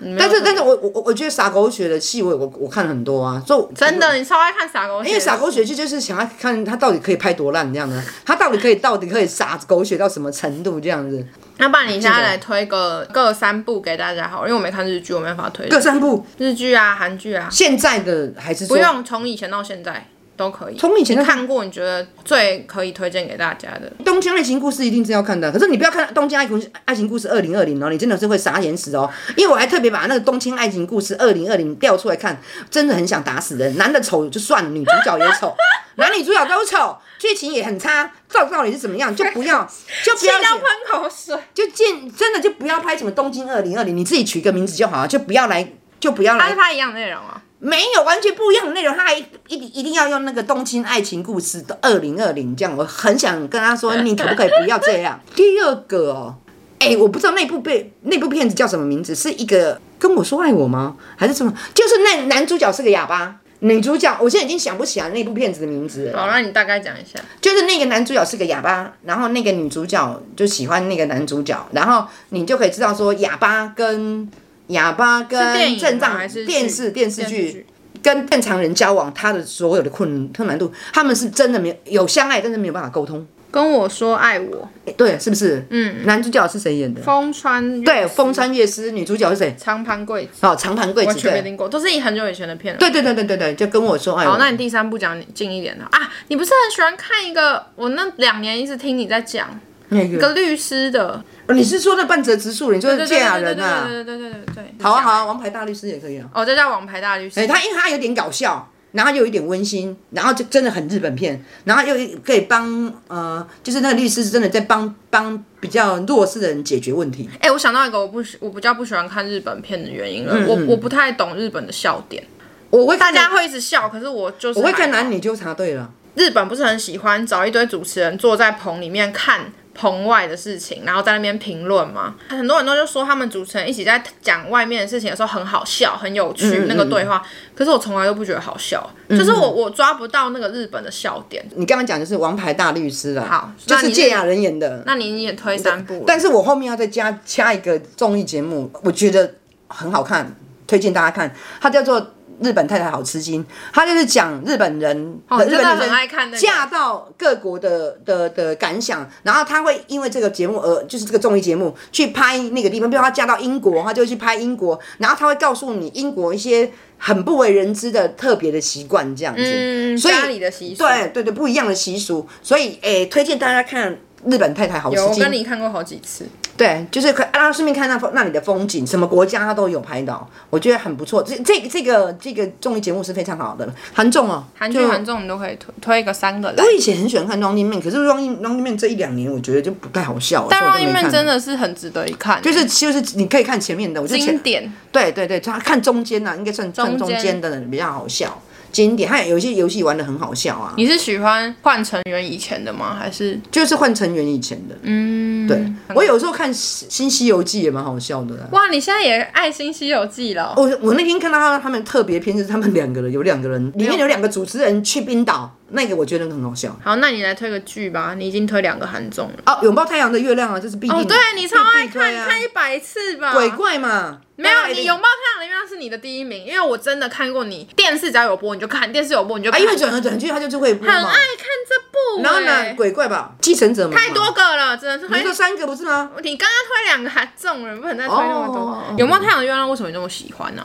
[SPEAKER 2] 有
[SPEAKER 1] 但
[SPEAKER 2] 特
[SPEAKER 1] 是
[SPEAKER 2] 别
[SPEAKER 1] 但是我我我觉得撒狗血的戏，我我我看很多啊，就
[SPEAKER 2] 真。的，你超爱看傻狗血，
[SPEAKER 1] 因为撒狗血剧就是想要看他到底可以拍多烂这样的，他到底可以到底可以撒狗血到什么程度这样子。
[SPEAKER 2] 那不然你现在来推个各三部给大家好了，因为我没看日剧，我没办法推
[SPEAKER 1] 各三部，
[SPEAKER 2] 日剧啊、韩剧啊，
[SPEAKER 1] 现在的还是
[SPEAKER 2] 不
[SPEAKER 1] 说
[SPEAKER 2] 用从以前到现在都可以。
[SPEAKER 1] 从以前
[SPEAKER 2] 你
[SPEAKER 1] 到
[SPEAKER 2] 看过，你觉得最可以推荐给大家的？
[SPEAKER 1] 《东京爱情故事》一定是要看的，啊可是你不要看《东京爱情爱情故事二零二零》哦，你真的是会傻眼死哦！因为我还特别把那个《东京爱情故事二零二零》调出来看，真的很想打死人。男的丑就算了，女主角也
[SPEAKER 2] <laughs>
[SPEAKER 1] 丑，男女主角都丑，剧情也很差，到到底是怎么样就不要，就不
[SPEAKER 2] 气
[SPEAKER 1] 要
[SPEAKER 2] 到
[SPEAKER 1] 写
[SPEAKER 2] 喷口水。
[SPEAKER 1] 就见真的就不要拍什么《东京二零二零》，你自己取一个名字就好了，啊就不要来。就不要
[SPEAKER 2] 它是
[SPEAKER 1] 来，
[SPEAKER 2] 拍一样的内容啊，
[SPEAKER 1] 没有完全不一样的内容，他还一一定一定要用那个《东京爱情故事》的二零二零这样，我很想跟他
[SPEAKER 2] <laughs>
[SPEAKER 1] 说，你可不可以不要这样？第二个哦，哎、我不知道那部被那部片子叫什么名字，是一个跟我说爱我吗？还是什么？就是那男主角是个哑巴，女主角我现在已经想不起来那部片子的名字了。
[SPEAKER 2] 好，那你大概讲一下。
[SPEAKER 1] 就是那个男主角是个哑巴，然后那个女主角就喜欢那个男主角，然后你就可以知道说哑巴跟哑巴
[SPEAKER 2] 是电
[SPEAKER 1] 跟嗯
[SPEAKER 2] 影吗
[SPEAKER 1] 正常
[SPEAKER 2] 还是
[SPEAKER 1] 电视电视
[SPEAKER 2] 电视
[SPEAKER 1] 剧
[SPEAKER 2] 剧
[SPEAKER 1] 跟正常人交往，他的所有的困困难度，他们是真的没有有相爱，但是没有办法沟通，
[SPEAKER 2] 跟我说爱我，
[SPEAKER 1] 诶对，是不是？嗯，男主角是谁演的？
[SPEAKER 2] 风川
[SPEAKER 1] 对，风川月司，女主角是谁？
[SPEAKER 2] 长盘贵子，
[SPEAKER 1] 哦，长盘贵
[SPEAKER 2] 完
[SPEAKER 1] 子，
[SPEAKER 2] 全没
[SPEAKER 1] 对，
[SPEAKER 2] 听过，都是以很久以前的片了。
[SPEAKER 1] 对对对对对对，就跟我说爱哎
[SPEAKER 2] 好，
[SPEAKER 1] 我。
[SPEAKER 2] 那你第三部讲近一点的啊？你不是很喜欢看一个？我那两年一直听你在讲
[SPEAKER 1] 那
[SPEAKER 2] 一
[SPEAKER 1] 个，
[SPEAKER 2] 个律师的，
[SPEAKER 1] 你是说那半泽直树，你就是
[SPEAKER 2] 对对
[SPEAKER 1] 芥
[SPEAKER 2] 对
[SPEAKER 1] 雅
[SPEAKER 2] 对对
[SPEAKER 1] 人啊？
[SPEAKER 2] 对对对对对对。
[SPEAKER 1] 好啊好啊，王牌大律师也可以啊。
[SPEAKER 2] 哦，这叫王牌大律
[SPEAKER 1] 哎、
[SPEAKER 2] 师。
[SPEAKER 1] 他因为他有点搞笑，然后又有一点温馨，然后就真的很日本片，然后又可以帮呃，就是那个律师是真的在帮帮比较弱势的人解决问题。
[SPEAKER 2] 哎，我想到一个我不喜，我比较不喜欢看日本片的原因
[SPEAKER 1] 嗯
[SPEAKER 2] 了，我我不太懂日本的笑点，
[SPEAKER 1] 我会
[SPEAKER 2] 大
[SPEAKER 1] 看
[SPEAKER 2] 家会一直笑，可是我就是
[SPEAKER 1] 我会看
[SPEAKER 2] 还好
[SPEAKER 1] 男女纠察队了，
[SPEAKER 2] 日本不是很喜欢找一堆主持人坐在棚里面看棚外的事情，然后在那边评论嘛。很多人都就说他们主持人一起在讲外面的事情的时候很好笑、很有趣、那个对
[SPEAKER 1] 嗯
[SPEAKER 2] 话，可是我从来都不觉得好笑，就是我我抓不到那个日本的笑点。
[SPEAKER 1] 你刚刚讲嗯就是《王牌大律师》啦，
[SPEAKER 2] 好
[SPEAKER 1] 就
[SPEAKER 2] 那
[SPEAKER 1] 是
[SPEAKER 2] 你
[SPEAKER 1] 芥雅人演的。
[SPEAKER 2] 那你也推三部了，
[SPEAKER 1] 但是我后面要再加加一个综艺节目，我觉得很好看，推荐大家看。它叫做《日本太太好吃惊》，它就是讲日本人，
[SPEAKER 2] 哦
[SPEAKER 1] 日本
[SPEAKER 2] 你真的
[SPEAKER 1] 女
[SPEAKER 2] 很
[SPEAKER 1] 生
[SPEAKER 2] 爱看那个
[SPEAKER 1] 嫁到各国的的的感想，然后她会因为这个节目而就是这个综艺节目去拍那个地方，比如她嫁到英国，她就会去拍英国，然后她会告诉你英国一些很不为人知的特别的习惯这样子。
[SPEAKER 2] 嗯，
[SPEAKER 1] 所以
[SPEAKER 2] 家里的习俗，
[SPEAKER 1] 对对对，不一样的习俗，所以诶、推荐大家看《日本太太好吃
[SPEAKER 2] 有我
[SPEAKER 1] 惊》
[SPEAKER 2] 跟。你看过好几次。
[SPEAKER 1] 对，就是可，然后顺便看那风那里的风景，什么国家它都有拍到，我觉得很不错。这这这个这个综艺节目是非常好的，韩综哦，
[SPEAKER 2] 韩
[SPEAKER 1] 就
[SPEAKER 2] 剧、韩综你都可以推推个三个来。啊
[SPEAKER 1] 我以前很喜欢看 Running Man，可是 Running Running Man 这一两年我觉得就不太好笑，
[SPEAKER 2] 但
[SPEAKER 1] 所以我就没
[SPEAKER 2] Running Man
[SPEAKER 1] 看
[SPEAKER 2] 真的是很值得一看，
[SPEAKER 1] 就是就是你可以看前面的，我就前
[SPEAKER 2] 经典。
[SPEAKER 1] 对对对，他看中间呐、啊，应该算算中
[SPEAKER 2] 中间
[SPEAKER 1] 间的比较好笑，经典。还有有一些游戏玩的很好笑啊，
[SPEAKER 2] 你是喜欢换成员以前的吗？还是
[SPEAKER 1] 就是换成员以前的，嗯，对我有时候看《新新西游记》也蛮好笑的啦。
[SPEAKER 2] 哇，你现在也爱《新西游记》了哦？
[SPEAKER 1] 我我那天看到他他们特别篇是他们两个人有两个人，里面有两个主持人去冰岛，那个我觉得很好笑。
[SPEAKER 2] 好，那你来推个剧吧，你已经推两个韩综了。
[SPEAKER 1] 哦，拥抱太阳的月亮啊，这是必定。
[SPEAKER 2] 哦，对你超爱
[SPEAKER 1] 必推
[SPEAKER 2] 看，
[SPEAKER 1] 啊
[SPEAKER 2] 你看一百次吧。
[SPEAKER 1] 鬼怪嘛，
[SPEAKER 2] 没
[SPEAKER 1] 大
[SPEAKER 2] 有，
[SPEAKER 1] 家一定啊
[SPEAKER 2] 你拥抱太阳的月亮是你的第一名，因为我真的看过你电视只要有播你就看，电视有播你就
[SPEAKER 1] 啊，
[SPEAKER 2] 看，
[SPEAKER 1] 因为转来转去他就是会播
[SPEAKER 2] 很
[SPEAKER 1] 嘛
[SPEAKER 2] 爱。看这部、欸。
[SPEAKER 1] 然后呢，鬼怪吧，继承者嘛，
[SPEAKER 2] 太多个了，真的是
[SPEAKER 1] 嘛，你
[SPEAKER 2] 推
[SPEAKER 1] 说三个不是吗？
[SPEAKER 2] 你刚刚推两个还中了，不能再推那么多。
[SPEAKER 1] 哦
[SPEAKER 2] 有没有太阳的月亮？为什么你那么喜欢呢、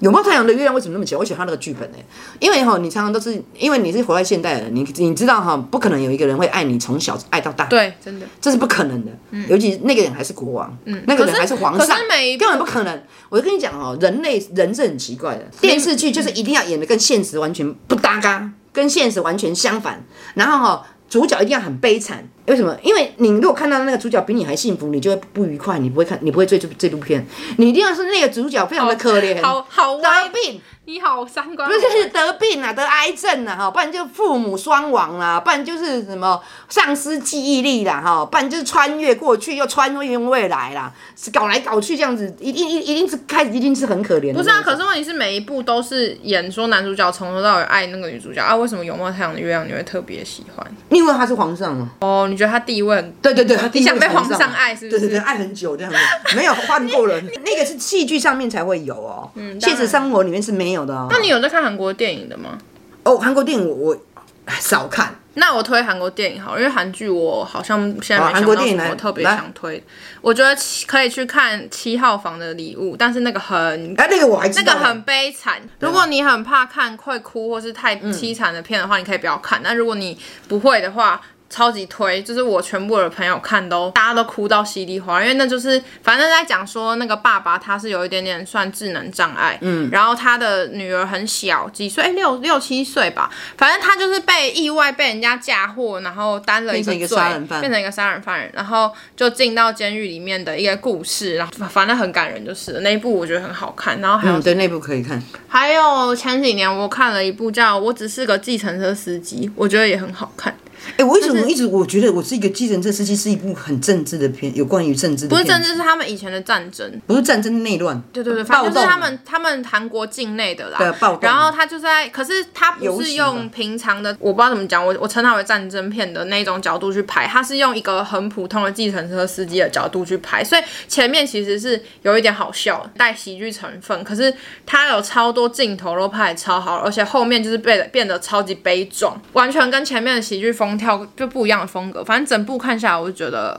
[SPEAKER 1] 拥抱太阳的月亮为什么那么喜欢？我喜欢他那个剧本呢、欸因为哈，你常常都是因为你是活在现代的人，你你知道哈，不可能有一个人会爱你从小爱到大，
[SPEAKER 2] 对，真的。
[SPEAKER 1] 这是不可能的。尤其那个人还是国王，那个人还皇
[SPEAKER 2] 嗯可
[SPEAKER 1] 上
[SPEAKER 2] 是每一，部
[SPEAKER 1] 根本不可能。我就跟你讲哦，人类人是很奇怪的，电视剧就是一定要演的跟现实完全不搭嘎，跟现实完全相反。然后哈、主角一定要很悲惨，为什么？因为你如果看到那个主角比你还幸福，你就会不愉快，你不会看，你不会追这这部片。你一定要是那个主角非常的可怜，
[SPEAKER 2] 好好
[SPEAKER 1] 得
[SPEAKER 2] 歪，
[SPEAKER 1] 病，
[SPEAKER 2] 你好三观
[SPEAKER 1] 不是得病啊，得癌症啊，哈，不然就父母双亡啦、不然就是什么丧失记忆力啦，哈，不然就是穿越过去又穿越未来啦，是搞来搞去这样子，一定一一定是开始一定是很可怜的那种。
[SPEAKER 2] 不是啊，可是问题是每一部都是演说男主角从头到尾爱那个女主角啊，为什么《拥抱太阳的月亮》你会特别喜欢？
[SPEAKER 1] 因为他是皇上嘛，
[SPEAKER 2] 哦，你觉得他地位很
[SPEAKER 1] 对对对，他
[SPEAKER 2] 你想被
[SPEAKER 1] 定位是
[SPEAKER 2] 皇上爱是不是
[SPEAKER 1] 对对对，爱很久这样子，没有换过
[SPEAKER 2] <laughs>
[SPEAKER 1] 人，那个是戏剧上面才会有哦，现实生活里面是没有的哦。
[SPEAKER 2] 嗯那你有在看韩国电影的吗？
[SPEAKER 1] 哦，韩国电影我我哎少看，
[SPEAKER 2] 那我推韩国电影好了，因为韩剧我好像现在
[SPEAKER 1] 好
[SPEAKER 2] 没
[SPEAKER 1] 啊韩
[SPEAKER 2] 想
[SPEAKER 1] 国
[SPEAKER 2] 到
[SPEAKER 1] 电
[SPEAKER 2] 什
[SPEAKER 1] 影来
[SPEAKER 2] 么特别
[SPEAKER 1] 来
[SPEAKER 2] 想推的。我觉得七可以去看《七号房的礼物》，但是那个很
[SPEAKER 1] 哎、那个我还知
[SPEAKER 2] 那个
[SPEAKER 1] 道呢
[SPEAKER 2] 很悲惨。如果你很怕看会哭或是太
[SPEAKER 1] 嗯
[SPEAKER 2] 凄惨的片的话，你可以不要看。那如果你不会的话，超级推，就是我全部的朋友看都大家都哭到稀里哗啦，因为那就是反正在讲说那个爸爸他是有一点点算智能障碍，嗯，然后他的女儿很小，几岁？哎六六七岁吧，反正他就是被意外被人家嫁祸，然后担了一个
[SPEAKER 1] 变成一个
[SPEAKER 2] 罪
[SPEAKER 1] 杀人犯
[SPEAKER 2] 变成一个杀人犯人，然后就进到监狱里面的一个故事，然后反正很感人，就是了那一部我觉得很好看，然后还有
[SPEAKER 1] 嗯，对，那部可以看。
[SPEAKER 2] 还有前几年我看了一部叫《我只是个计程车司机》，我觉得也很好看，
[SPEAKER 1] 哎、我为什么一直我觉得我是一个计程车司机是一部很政治的片，有关于政治的
[SPEAKER 2] 不
[SPEAKER 1] 片
[SPEAKER 2] 是
[SPEAKER 1] 子，
[SPEAKER 2] 政治，是他们以前的战争。
[SPEAKER 1] 不是战争内乱，
[SPEAKER 2] 对对对，反正就
[SPEAKER 1] 暴
[SPEAKER 2] 是
[SPEAKER 1] 动
[SPEAKER 2] 他们他们韩国境内的啦。
[SPEAKER 1] 对暴动
[SPEAKER 2] 然后他就在，可是他
[SPEAKER 1] 游
[SPEAKER 2] 不是
[SPEAKER 1] 行吧
[SPEAKER 2] 用平常的，我不知道怎么讲，我我称它为战争片的那种角度去拍，他是用一个很普通的计程车司机的角度去拍，所以前面其实是有一点好笑，带喜剧成分，可是他有超多镜头都拍的超好，而且后面就是变变得超级悲壮，完全跟前面的喜剧风跳就不一样的风格。反正整部看下来，我就觉得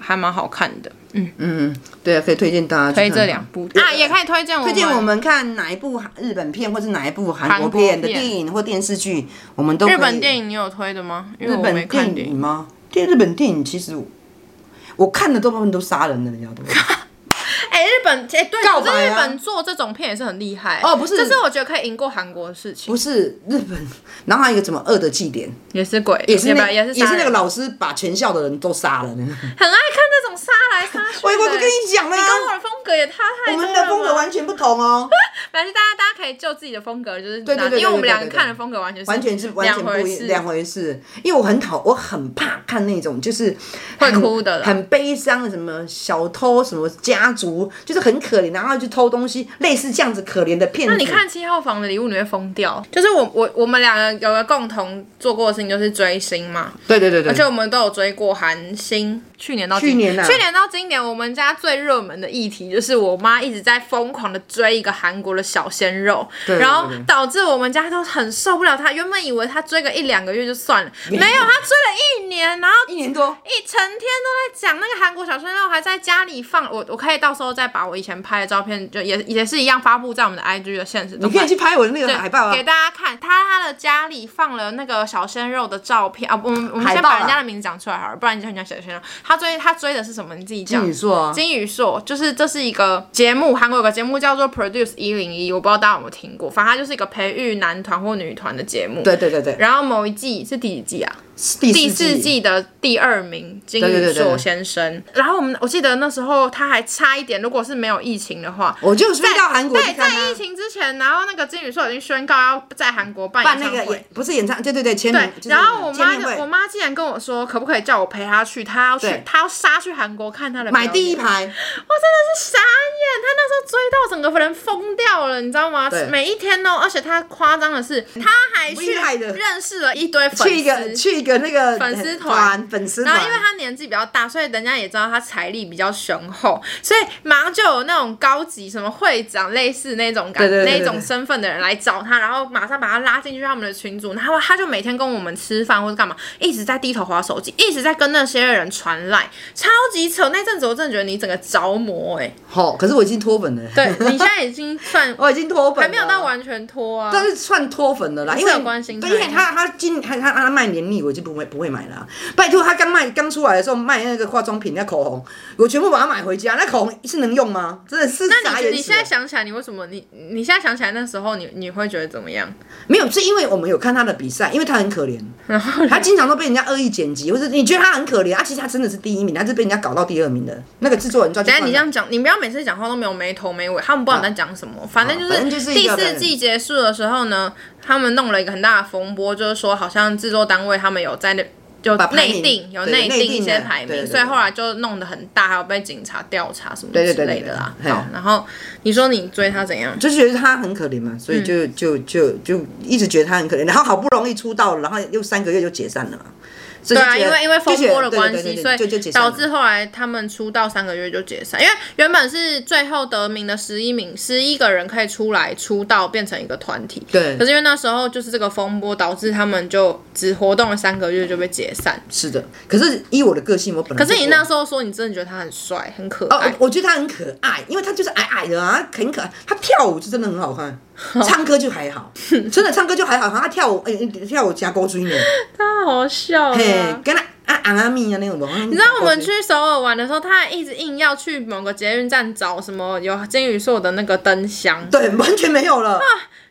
[SPEAKER 2] 还蛮好看的。
[SPEAKER 1] 嗯对啊，可以推荐大家去
[SPEAKER 2] 推
[SPEAKER 1] 看
[SPEAKER 2] 这两部啊，也可以推荐我
[SPEAKER 1] 推
[SPEAKER 2] 们
[SPEAKER 1] 荐我们看哪一部日本片，或是哪一部韩
[SPEAKER 2] 韩
[SPEAKER 1] 国
[SPEAKER 2] 国
[SPEAKER 1] 片的
[SPEAKER 2] 片
[SPEAKER 1] 电影或电视剧，我们都
[SPEAKER 2] 日本电
[SPEAKER 1] 影，
[SPEAKER 2] 影你有推的吗？因为
[SPEAKER 1] 日
[SPEAKER 2] 我没
[SPEAKER 1] 本
[SPEAKER 2] 看
[SPEAKER 1] 电
[SPEAKER 2] 电
[SPEAKER 1] 影
[SPEAKER 2] 影。
[SPEAKER 1] 吗？电日本电影其实我我看的大部分都杀人的，你知道
[SPEAKER 2] <laughs>
[SPEAKER 1] 吗？
[SPEAKER 2] 哎、日本哎、对，
[SPEAKER 1] 告
[SPEAKER 2] 可
[SPEAKER 1] 白啊
[SPEAKER 2] 是日本做这种片也是很厉害
[SPEAKER 1] 哦不是
[SPEAKER 2] 这是我觉得可以赢过韩国的事情
[SPEAKER 1] 不，是日本，然后还有一个什么恶的祭典，
[SPEAKER 2] 也是鬼，
[SPEAKER 1] 也是
[SPEAKER 2] 也
[SPEAKER 1] 那
[SPEAKER 2] 吧也是
[SPEAKER 1] 也是那个
[SPEAKER 2] 杀人
[SPEAKER 1] 老师把全校的人都杀
[SPEAKER 2] <laughs>
[SPEAKER 1] 了。
[SPEAKER 2] 很爱看这种杀来杀去的、
[SPEAKER 1] 我我就跟你讲了啊，
[SPEAKER 2] 你跟我的风格也差太
[SPEAKER 1] 我
[SPEAKER 2] 多了吧
[SPEAKER 1] 们的风格完全不同哦。
[SPEAKER 2] 反正大家大家可以就自己的风格，就是
[SPEAKER 1] 对对对对
[SPEAKER 2] 因为我们
[SPEAKER 1] 对
[SPEAKER 2] 两个
[SPEAKER 1] 对对
[SPEAKER 2] 看的风格完全是
[SPEAKER 1] 完全是完全
[SPEAKER 2] 两
[SPEAKER 1] 不
[SPEAKER 2] 回
[SPEAKER 1] 一
[SPEAKER 2] 事
[SPEAKER 1] 两回事，因为我很讨，我很怕看那种就是
[SPEAKER 2] 会
[SPEAKER 1] 很
[SPEAKER 2] 哭的啦
[SPEAKER 1] 很悲伤的什么小偷，什么家族，就是很可怜，然后去偷东西，类似这样子可怜的骗子。
[SPEAKER 2] 那你看七号房的礼物，你会疯掉。就是我我我们两个有个共同做过的事情，就是追星嘛，
[SPEAKER 1] 对，对对对
[SPEAKER 2] 而且我们都有追过韩星。去年到今
[SPEAKER 1] 去年啊
[SPEAKER 2] 去年到今年，我们家最热门的议题就是我妈一直在疯狂的追一个韩国的小鲜肉，
[SPEAKER 1] 对对
[SPEAKER 2] 然后
[SPEAKER 1] 对对
[SPEAKER 2] 导致我们家都很受不了她。原本以为她追个一两个月就算了，没有，她追了一年，然后
[SPEAKER 1] 一年多，
[SPEAKER 2] 一成天都在讲那个韩国小鲜肉，还在家里放我，我可以到时候再把我以前拍的照片，就也也是一样发布在我们的 IG 的现实
[SPEAKER 1] 你
[SPEAKER 2] 动
[SPEAKER 1] 可
[SPEAKER 2] 态
[SPEAKER 1] 以去拍我的那个
[SPEAKER 2] 对
[SPEAKER 1] 海报啊
[SPEAKER 2] 给。大家看。他他的家里放了那个小鲜肉的照片啊，我们我们
[SPEAKER 1] 海
[SPEAKER 2] 先
[SPEAKER 1] 报啊
[SPEAKER 2] 把人家的名字讲出来好了，不然你就很讲小鲜肉。他追他追的是什么？你自己讲
[SPEAKER 1] 金。宇硕啊，
[SPEAKER 2] 金宇硕就是这是一个节目，韩国有个节目叫做 Produce 一零一，我不知道大家有没有听过，反正它就是一个培育男团或女团的节目。。
[SPEAKER 1] 对对对对，
[SPEAKER 2] 然后某一季是第几季啊？
[SPEAKER 1] 第
[SPEAKER 2] 第
[SPEAKER 1] 四
[SPEAKER 2] 四季的第二名金
[SPEAKER 1] 对对
[SPEAKER 2] 宇
[SPEAKER 1] 对
[SPEAKER 2] 硕
[SPEAKER 1] 对
[SPEAKER 2] 先生。然后我们我记得那时候他还差一点，如果是没有疫情的话。
[SPEAKER 1] 我就是
[SPEAKER 2] 在
[SPEAKER 1] 飞到韩国去
[SPEAKER 2] 对，
[SPEAKER 1] 看
[SPEAKER 2] 在
[SPEAKER 1] 啊
[SPEAKER 2] 疫，情之前，然后那个金宇硕已经宣告要在韩国办
[SPEAKER 1] 办
[SPEAKER 2] 演
[SPEAKER 1] 那
[SPEAKER 2] 唱
[SPEAKER 1] 个
[SPEAKER 2] 会。
[SPEAKER 1] 演不是演唱，对对对，签
[SPEAKER 2] 对
[SPEAKER 1] 名，就是
[SPEAKER 2] 然后我
[SPEAKER 1] 签
[SPEAKER 2] 妈
[SPEAKER 1] 名
[SPEAKER 2] 我
[SPEAKER 1] 会
[SPEAKER 2] 妈竟然跟我说，可不可以叫我陪她去？她要去
[SPEAKER 1] 对，
[SPEAKER 2] 她要杀去韩国看她的
[SPEAKER 1] 买第一
[SPEAKER 2] 排。
[SPEAKER 1] 排，
[SPEAKER 2] 我真的是傻眼，他那时候追到整个人疯掉了，你知道吗
[SPEAKER 1] 对？嗯
[SPEAKER 2] 每一天哦，而且他夸张的是，他还去
[SPEAKER 1] 厉害的
[SPEAKER 2] 认识了一堆粉丝，
[SPEAKER 1] 去一个去一个那个呃
[SPEAKER 2] 粉丝团
[SPEAKER 1] 团粉丝
[SPEAKER 2] 然后因为
[SPEAKER 1] 团，
[SPEAKER 2] 他年纪比较大，所以人家也知道他财力比较雄厚，所以马上就有那种高级什么会长类似那种感
[SPEAKER 1] 对对对对
[SPEAKER 2] 那种
[SPEAKER 1] 对
[SPEAKER 2] 身份的人来找他，然后马上把他拉进去他们的群组，然后他就每天跟我们吃饭或者干嘛，一直在低头划手机，一直在跟那些人传赖，超级扯。那阵子我真的觉得你整个着魔哎、
[SPEAKER 1] 好，可是我已经脱粉了，
[SPEAKER 2] 对你现在已经算
[SPEAKER 1] 我已经脱粉，
[SPEAKER 2] 还没有到。完全脱啊，
[SPEAKER 1] 但是算脱粉的啦，因为
[SPEAKER 2] 是有关心他
[SPEAKER 1] 对，因为他他今他他他卖年历，我就不会不会买了啊、拜托，他刚卖刚出来的时候卖那个化妆品，那口红，我全部把它买回家。那口红是能用吗？真的是
[SPEAKER 2] 那
[SPEAKER 1] 傻
[SPEAKER 2] 你
[SPEAKER 1] 眼
[SPEAKER 2] 你
[SPEAKER 1] 死
[SPEAKER 2] 现在
[SPEAKER 1] 了。
[SPEAKER 2] 想起来，你为什么你你现在想起来那时候你你会觉得怎么样？
[SPEAKER 1] 没有，是因为我们有看他的比赛，因为他很可
[SPEAKER 2] <laughs>
[SPEAKER 1] 怜，他经常都被人家恶意剪辑，或者你觉得他很可怜啊，其实他真的是第一名，他是被人家搞到第二名的。那个制作人抓去
[SPEAKER 2] 等一下
[SPEAKER 1] 关
[SPEAKER 2] 你
[SPEAKER 1] 了
[SPEAKER 2] 这样讲，你不要每次讲话都没有没头没尾，他们不知道你在讲什么。反正就
[SPEAKER 1] 好啊反正就是是
[SPEAKER 2] 第
[SPEAKER 1] 一个
[SPEAKER 2] 四季结束的时候呢，他们弄了一个很大的风波，就是说好像制作单位他们有在那。就
[SPEAKER 1] 把排
[SPEAKER 2] 内
[SPEAKER 1] 名
[SPEAKER 2] 定有
[SPEAKER 1] 对
[SPEAKER 2] 内
[SPEAKER 1] 内
[SPEAKER 2] 定
[SPEAKER 1] 定
[SPEAKER 2] 一些
[SPEAKER 1] 的
[SPEAKER 2] 排
[SPEAKER 1] 对
[SPEAKER 2] 名，
[SPEAKER 1] 对
[SPEAKER 2] 所以
[SPEAKER 1] 对
[SPEAKER 2] 后来就弄得很大，还有被警察调查什么
[SPEAKER 1] 对对
[SPEAKER 2] 之
[SPEAKER 1] 对对
[SPEAKER 2] 类
[SPEAKER 1] 对
[SPEAKER 2] 的啦。
[SPEAKER 1] 对
[SPEAKER 2] 好
[SPEAKER 1] 嘿，
[SPEAKER 2] 然后你说你追他怎样？
[SPEAKER 1] 就觉得他很可怜嘛，所以
[SPEAKER 2] 嗯
[SPEAKER 1] 就就就就一直觉得他很可怜，然后好不容易出道了，然后又三个月就解散了嘛。对
[SPEAKER 2] 对啊，因为因为风波的关系，所
[SPEAKER 1] 就就解
[SPEAKER 2] 以
[SPEAKER 1] 散
[SPEAKER 2] 导
[SPEAKER 1] 了
[SPEAKER 2] 致后来他们出道三个月就解散。因为原本是最后得名的十一名，十一个人可以出来出道变成一个团体。
[SPEAKER 1] 对
[SPEAKER 2] 可是因为那时候就是这个风波，导致他们就只活动了三个月就被解散。
[SPEAKER 1] 是的。可是依我的个性，我本来
[SPEAKER 2] 可是你
[SPEAKER 1] 嗯就嗯
[SPEAKER 2] 那时候哎说你真的觉得他很帅很可
[SPEAKER 1] 哦，
[SPEAKER 2] 爱，
[SPEAKER 1] 我我觉得他很可爱，因为他就是矮矮的啊，很可爱。他跳舞是真的很
[SPEAKER 2] <laughs>
[SPEAKER 1] 好看，
[SPEAKER 2] 哦
[SPEAKER 1] 唱歌就还好，真的唱歌就还好。他跳舞，哎、跳舞加勾追呢，
[SPEAKER 2] 太好笑
[SPEAKER 1] 嘿
[SPEAKER 2] 了。，
[SPEAKER 1] 跟他啊啊啊咪啊那种。你
[SPEAKER 2] 哦你知道我们去首尔玩的时候，他还一直硬要去某个捷运站找什么有金宇硕的那个灯箱，
[SPEAKER 1] 对完全没有了，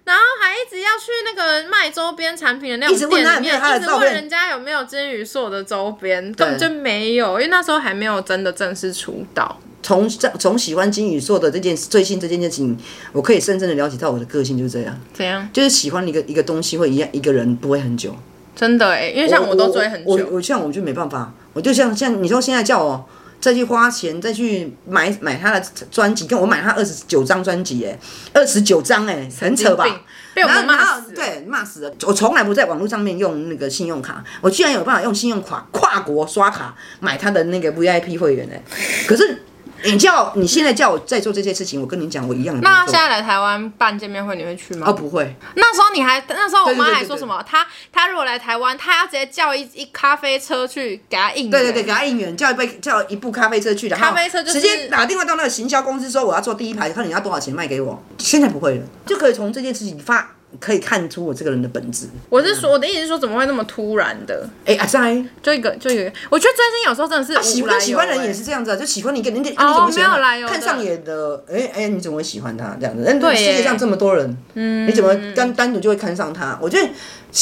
[SPEAKER 2] 然后还一直要去那个卖周边产品的那
[SPEAKER 1] 一直
[SPEAKER 2] 种
[SPEAKER 1] 问
[SPEAKER 2] 店
[SPEAKER 1] 他
[SPEAKER 2] 里
[SPEAKER 1] 有没有
[SPEAKER 2] 面，
[SPEAKER 1] 他的
[SPEAKER 2] 一直
[SPEAKER 1] 照
[SPEAKER 2] 问
[SPEAKER 1] 片
[SPEAKER 2] 人家有没有金鱼硕的周边，根本就没有，因为那时候还没有真的正式出道。
[SPEAKER 1] 从从喜欢金宇硕的这件最新这件事情，我可以深深的了解到我的个性就是这样。
[SPEAKER 2] 怎样？
[SPEAKER 1] 就是喜欢一个一个东西或一样一个人不会很久，
[SPEAKER 2] 真的哎、因为像我都追很
[SPEAKER 1] 我
[SPEAKER 2] 久，
[SPEAKER 1] 我像我就没办法，我就像像你说现在叫我再去花钱再去买买他的专辑，跟我买他二十九张专辑，哎，二十九张哎，很扯吧
[SPEAKER 2] 神经病？被我们
[SPEAKER 1] 然后
[SPEAKER 2] 骂
[SPEAKER 1] 然后
[SPEAKER 2] 死。
[SPEAKER 1] 对，骂死了！我从来不在网络上面用那个信用卡，我居然有办法用信用卡跨国刷卡买他的那个 VIP 会员哎，可是。你叫你现在叫我再做这些事情，我跟你讲，我一样也不会
[SPEAKER 2] 那现
[SPEAKER 1] 做。
[SPEAKER 2] 在来台湾办见面会，你会去吗？
[SPEAKER 1] 哦，不会，
[SPEAKER 2] 那时候你还那时候我
[SPEAKER 1] 对
[SPEAKER 2] 妈
[SPEAKER 1] 对对
[SPEAKER 2] 还说什么？她她如果来台湾，她要直接叫一一咖啡车去给她应
[SPEAKER 1] 对对对，给他应援，叫一杯叫一部咖啡车去，然后
[SPEAKER 2] 嗯咖啡车就
[SPEAKER 1] 直
[SPEAKER 2] 是
[SPEAKER 1] 接打电话到那个行销公司说我要做第一排，看你要多少钱卖给我。现在不会了，就可以从这件事情发可以看出我这个人的本质。
[SPEAKER 2] 我是说我的意思是说，怎么会那么突然的？
[SPEAKER 1] 哎，阿塞，
[SPEAKER 2] 就一个就一个，我觉得追星有时候真的是无来由、
[SPEAKER 1] 啊喜欢喜欢人
[SPEAKER 2] 欸
[SPEAKER 1] 也是这样子啊，就喜欢你一个人，你你怎
[SPEAKER 2] 哦
[SPEAKER 1] 么会喜欢
[SPEAKER 2] 没有
[SPEAKER 1] 他
[SPEAKER 2] 来由的
[SPEAKER 1] 看上眼的，哎哎，你怎么会喜欢他这样子？但
[SPEAKER 2] 对
[SPEAKER 1] 世
[SPEAKER 2] 耶
[SPEAKER 1] 界上这么多人，嗯，你怎么单单独就会看上他？我觉得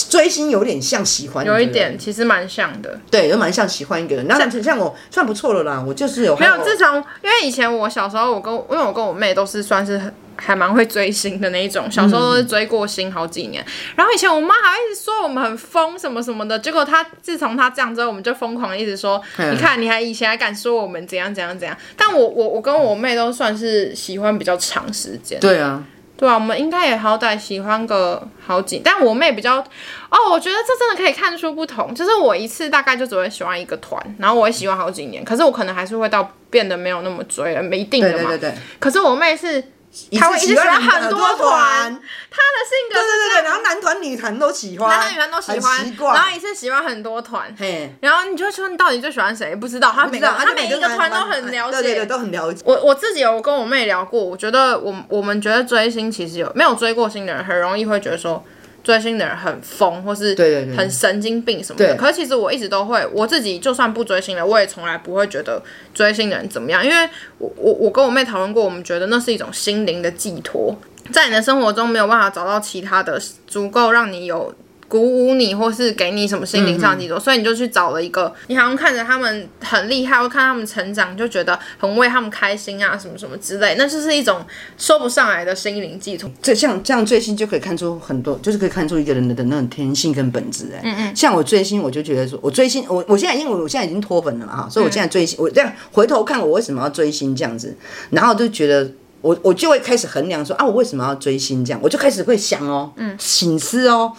[SPEAKER 1] 追星有点像喜欢，
[SPEAKER 2] 有一点，其实蛮像的。
[SPEAKER 1] 对，又蛮像喜欢一个人。那像我算不错了啦，我就是有
[SPEAKER 2] 没有，
[SPEAKER 1] 还
[SPEAKER 2] 自从因为以前我小时候，我跟我因为我跟我妹都是算是很还蛮会追星的那一种，小时候都是追过星好几年。然后以前我妈还一直说我们很疯什么什么的，结果她自从她这样之后，我们就疯狂地一直说，
[SPEAKER 1] 嗯
[SPEAKER 2] 你看你还以前还敢说我们怎样怎样怎样。但我我我跟我妹都算是喜欢比较长时间，
[SPEAKER 1] 对啊，
[SPEAKER 2] 对啊，我们应该也好歹喜欢个好几，但我妹比较哦，我觉得这真的可以看出不同，就是我一次大概就只会喜欢一个团，然后我会喜欢好几年，可是我可能还是会到变得没有那么追了，没一定的
[SPEAKER 1] 对
[SPEAKER 2] 嘛。
[SPEAKER 1] 对对对，
[SPEAKER 2] 可是我妹是
[SPEAKER 1] 一
[SPEAKER 2] 她会
[SPEAKER 1] 次
[SPEAKER 2] 一直喜欢
[SPEAKER 1] 很
[SPEAKER 2] 很多团，
[SPEAKER 1] 团，
[SPEAKER 2] 她的性格
[SPEAKER 1] 对
[SPEAKER 2] 是
[SPEAKER 1] 对对，然后男团女团都喜欢，
[SPEAKER 2] 男团女团都喜
[SPEAKER 1] 啊很
[SPEAKER 2] 欢
[SPEAKER 1] 奇，怪
[SPEAKER 2] 然后一次喜欢很多团。
[SPEAKER 1] 嘿，
[SPEAKER 2] 然后你就会说你到底最喜欢谁？不知道，她
[SPEAKER 1] 不
[SPEAKER 2] 每
[SPEAKER 1] 知
[SPEAKER 2] 个
[SPEAKER 1] 道，啊
[SPEAKER 2] 她
[SPEAKER 1] 就
[SPEAKER 2] 每一
[SPEAKER 1] 个
[SPEAKER 2] 个团都
[SPEAKER 1] 团
[SPEAKER 2] 很了解，
[SPEAKER 1] 对对对，都很了解。
[SPEAKER 2] 我我自己有跟我妹聊过，我觉得我我们觉得追星其实有没有追过星的人，很容易会觉得说追星的人很疯，或是
[SPEAKER 1] 对对对
[SPEAKER 2] 很神经病什么的。
[SPEAKER 1] 对
[SPEAKER 2] 可是其实我一直都会，我自己就算不追星了，我也从来不会觉得追星的人怎么样，因为我我我跟我妹讨论过，我们觉得那是一种心灵的寄托，在你的生活中没有办法找到其他的足够让你有鼓舞你，或是给你什么心灵上的寄托，所以你就去找了一个，你好像看着他们很厉害，或看他们成长，就觉得很为他们开心啊，什么什么之类，那就是一种说不上来的心灵寄托。
[SPEAKER 1] 这像这样追星就可以看出很多，就是可以看出一个人的那种天性跟本质。哎，嗯嗯，像我追星，我就觉得说，我追星，我我现在因为我现在已经脱粉了嘛哈，所以
[SPEAKER 2] 嗯
[SPEAKER 1] 我现在追星，我这样回头看我为什么要追星这样子，然后就觉得。我我就会开始衡量说啊，我为什么要追星这样？我就开始会想哦，嗯，醒思哦，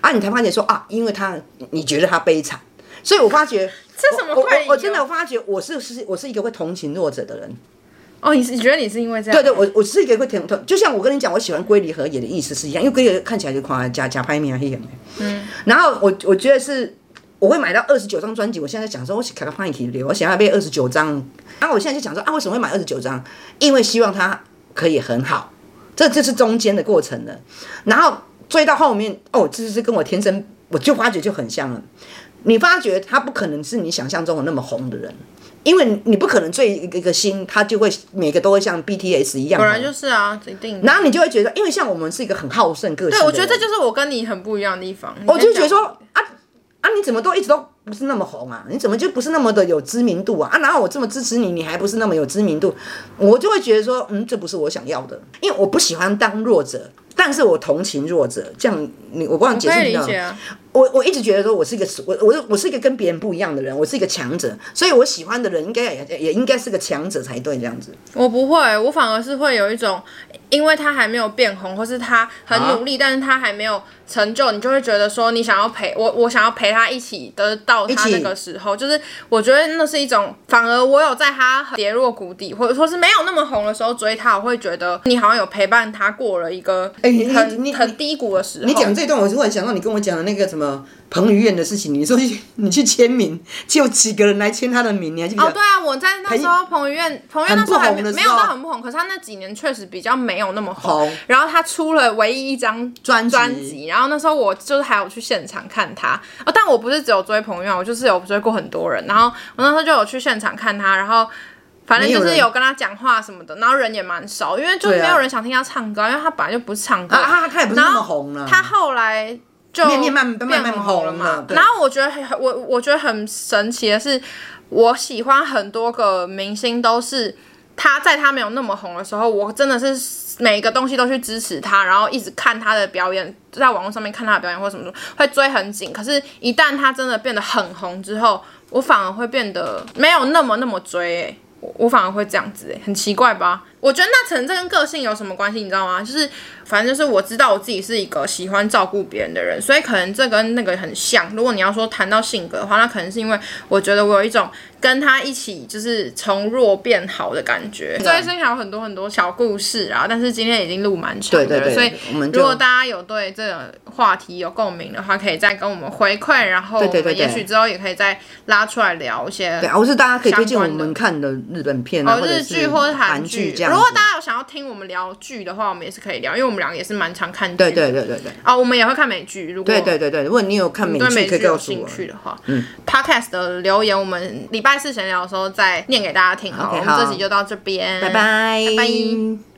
[SPEAKER 1] 啊，你才发现说啊，因为他你觉得他悲惨，所以我发觉
[SPEAKER 2] 这什么
[SPEAKER 1] 我我
[SPEAKER 2] 怪理哦由
[SPEAKER 1] 我真的发觉我是是我是一个会同情弱者的人，
[SPEAKER 2] <laughs> 哦，你是你觉得你是因为这
[SPEAKER 1] 对
[SPEAKER 2] 样？
[SPEAKER 1] 对，我我是一个会舔头，就像我跟你讲，我喜欢龟梨和也的意思是一样，因为龟梨看起来就夸假假拍面黑眼嗯，然后我我觉得是。我会买到二十九张专辑，我现在在想说，我卡个翻译流，我想要背二十九张。然后我现在就想说，啊，为什么会买二十九张？因为希望它可以很好，这就是中间的过程了。然后追到后面，哦，这就是跟我天生我就发觉就很像了。你发觉他不可能是你想象中的那么红的人，因为你你不可能追一个一个星，他就会每个都会像 BTS 一样
[SPEAKER 2] 本
[SPEAKER 1] 红。
[SPEAKER 2] 来就是啊，一定的。
[SPEAKER 1] 然后你就会觉得，因为像我们是一个很好胜个性的人，
[SPEAKER 2] 对，我觉得这就是我跟你很不一样的地方。
[SPEAKER 1] 我就觉得
[SPEAKER 2] 你在讲
[SPEAKER 1] 说啊啊，你怎么都一直都不是那么红啊？你怎么就不是那么的有知名度啊？啊，然后我这么支持你，你还不是那么有知名度，我就会觉得说，嗯，这不是我想要的，因为我不喜欢当弱者，但是我同情弱者。这样你我光解
[SPEAKER 2] 可
[SPEAKER 1] 释
[SPEAKER 2] 以
[SPEAKER 1] 你知道
[SPEAKER 2] 理
[SPEAKER 1] 吗
[SPEAKER 2] 解啊，
[SPEAKER 1] 我我一直觉得说我是一个我我我是一个跟别人不一样的人，我是一个强者，所以我喜欢的人应该也也也应该是个强者才对这样子。
[SPEAKER 2] 我不会，我反而是会有一种，因为他还没有变红，或是他很努
[SPEAKER 1] 啊
[SPEAKER 2] 力，但是他还没有成就，你就会觉得说你想要陪我，我想要陪他一起得到他
[SPEAKER 1] 一起
[SPEAKER 2] 那个时候，就是我觉得那是一种，反而我有在他很跌落谷底，或者说是没有那么红的时候追他，我会觉得你好像有陪伴他过了一个
[SPEAKER 1] 哎你
[SPEAKER 2] 很、
[SPEAKER 1] 你你
[SPEAKER 2] 很低谷的时候。
[SPEAKER 1] 你讲这段，我突然想到你跟我讲的那个什么彭于晏的事情，你说去你去签名，只有几个人来签他的名，你还记不记
[SPEAKER 2] 哦，
[SPEAKER 1] 得？
[SPEAKER 2] 对啊，我在那时候彭于晏，彭于晏那时候还没
[SPEAKER 1] 很不红的
[SPEAKER 2] 没
[SPEAKER 1] 时
[SPEAKER 2] 有
[SPEAKER 1] 候
[SPEAKER 2] 到很不红，可是他那几年确实比较没有那么红。
[SPEAKER 1] 红
[SPEAKER 2] 然后他出了唯一一张
[SPEAKER 1] 专辑
[SPEAKER 2] 专辑，然后那时候我就是还有去现场看他，哦，但我不是只有追彭于晏，我就是有追过很多人。然后我那时候就有去现场看他，然后。反正
[SPEAKER 1] 没
[SPEAKER 2] 就
[SPEAKER 1] 有
[SPEAKER 2] 是
[SPEAKER 1] 人
[SPEAKER 2] 有跟他讲话什么的，然后人也蛮少，因为就是
[SPEAKER 1] 对
[SPEAKER 2] 没
[SPEAKER 1] 啊
[SPEAKER 2] 有人想听他唱歌，因为他本来就不是唱歌，
[SPEAKER 1] 啊他他也不是
[SPEAKER 2] 然后
[SPEAKER 1] 那么红了
[SPEAKER 2] 他后来就
[SPEAKER 1] 面面慢慢慢慢
[SPEAKER 2] 变红了
[SPEAKER 1] 红
[SPEAKER 2] 嘛
[SPEAKER 1] 了。对
[SPEAKER 2] 然后我觉得很我我觉得很神奇的是，我喜欢很多个明星都是。他在他没有那么红的时候，我真的是每一个东西都去支持他，然后一直看他的表演，在网络上面看他的表演或什么什么，会追很紧。可是，一旦他真的变得很红之后，我反而会变得没有那么那么追、欸，我我反而会这样子、欸，很奇怪吧？我觉得那成这跟个性有什么关系，你知道吗？就是反正就是我知道我自己是一个喜欢照顾别人的人，所以可能这跟那个很像。如果你要说谈到性格的话，那可能是因为我觉得我有一种跟他一起就是从弱变好的感觉。
[SPEAKER 1] 啊
[SPEAKER 2] 所以生还有很多很多小故事啊，但是今天已经录蛮长的了，
[SPEAKER 1] 对对对
[SPEAKER 2] 所以
[SPEAKER 1] 我们就
[SPEAKER 2] 如果大家有对这个话题有共鸣的话，可以再跟我们回馈，然后我
[SPEAKER 1] 对对对
[SPEAKER 2] 们也
[SPEAKER 1] 对
[SPEAKER 2] 许之后也可以再拉出来聊一些
[SPEAKER 1] 对啊，或是大家可以推荐我
[SPEAKER 2] 相关的
[SPEAKER 1] 们看的日本片啊，
[SPEAKER 2] 哦
[SPEAKER 1] 或者
[SPEAKER 2] 日
[SPEAKER 1] 是
[SPEAKER 2] 剧或是
[SPEAKER 1] 韩
[SPEAKER 2] 剧。
[SPEAKER 1] 这样
[SPEAKER 2] 如
[SPEAKER 1] 子。
[SPEAKER 2] 果大家有想要听我们聊剧的话，我们也是可以聊，因为我们两个也是蛮常看剧。
[SPEAKER 1] 对对。对对对
[SPEAKER 2] 哦，我们也会看美剧，如果
[SPEAKER 1] 对对对对，如果你有看美
[SPEAKER 2] 对美
[SPEAKER 1] 剧，可
[SPEAKER 2] 剧
[SPEAKER 1] 以告
[SPEAKER 2] 有
[SPEAKER 1] 诉
[SPEAKER 2] 兴
[SPEAKER 1] 我。
[SPEAKER 2] 趣的话，嗯，Podcast 的留言我们礼拜四闲聊的时候再念给大家听好了。哦
[SPEAKER 1] OK，
[SPEAKER 2] 我们这
[SPEAKER 1] 好
[SPEAKER 2] 集就到这边，
[SPEAKER 1] 拜拜，
[SPEAKER 2] 拜拜。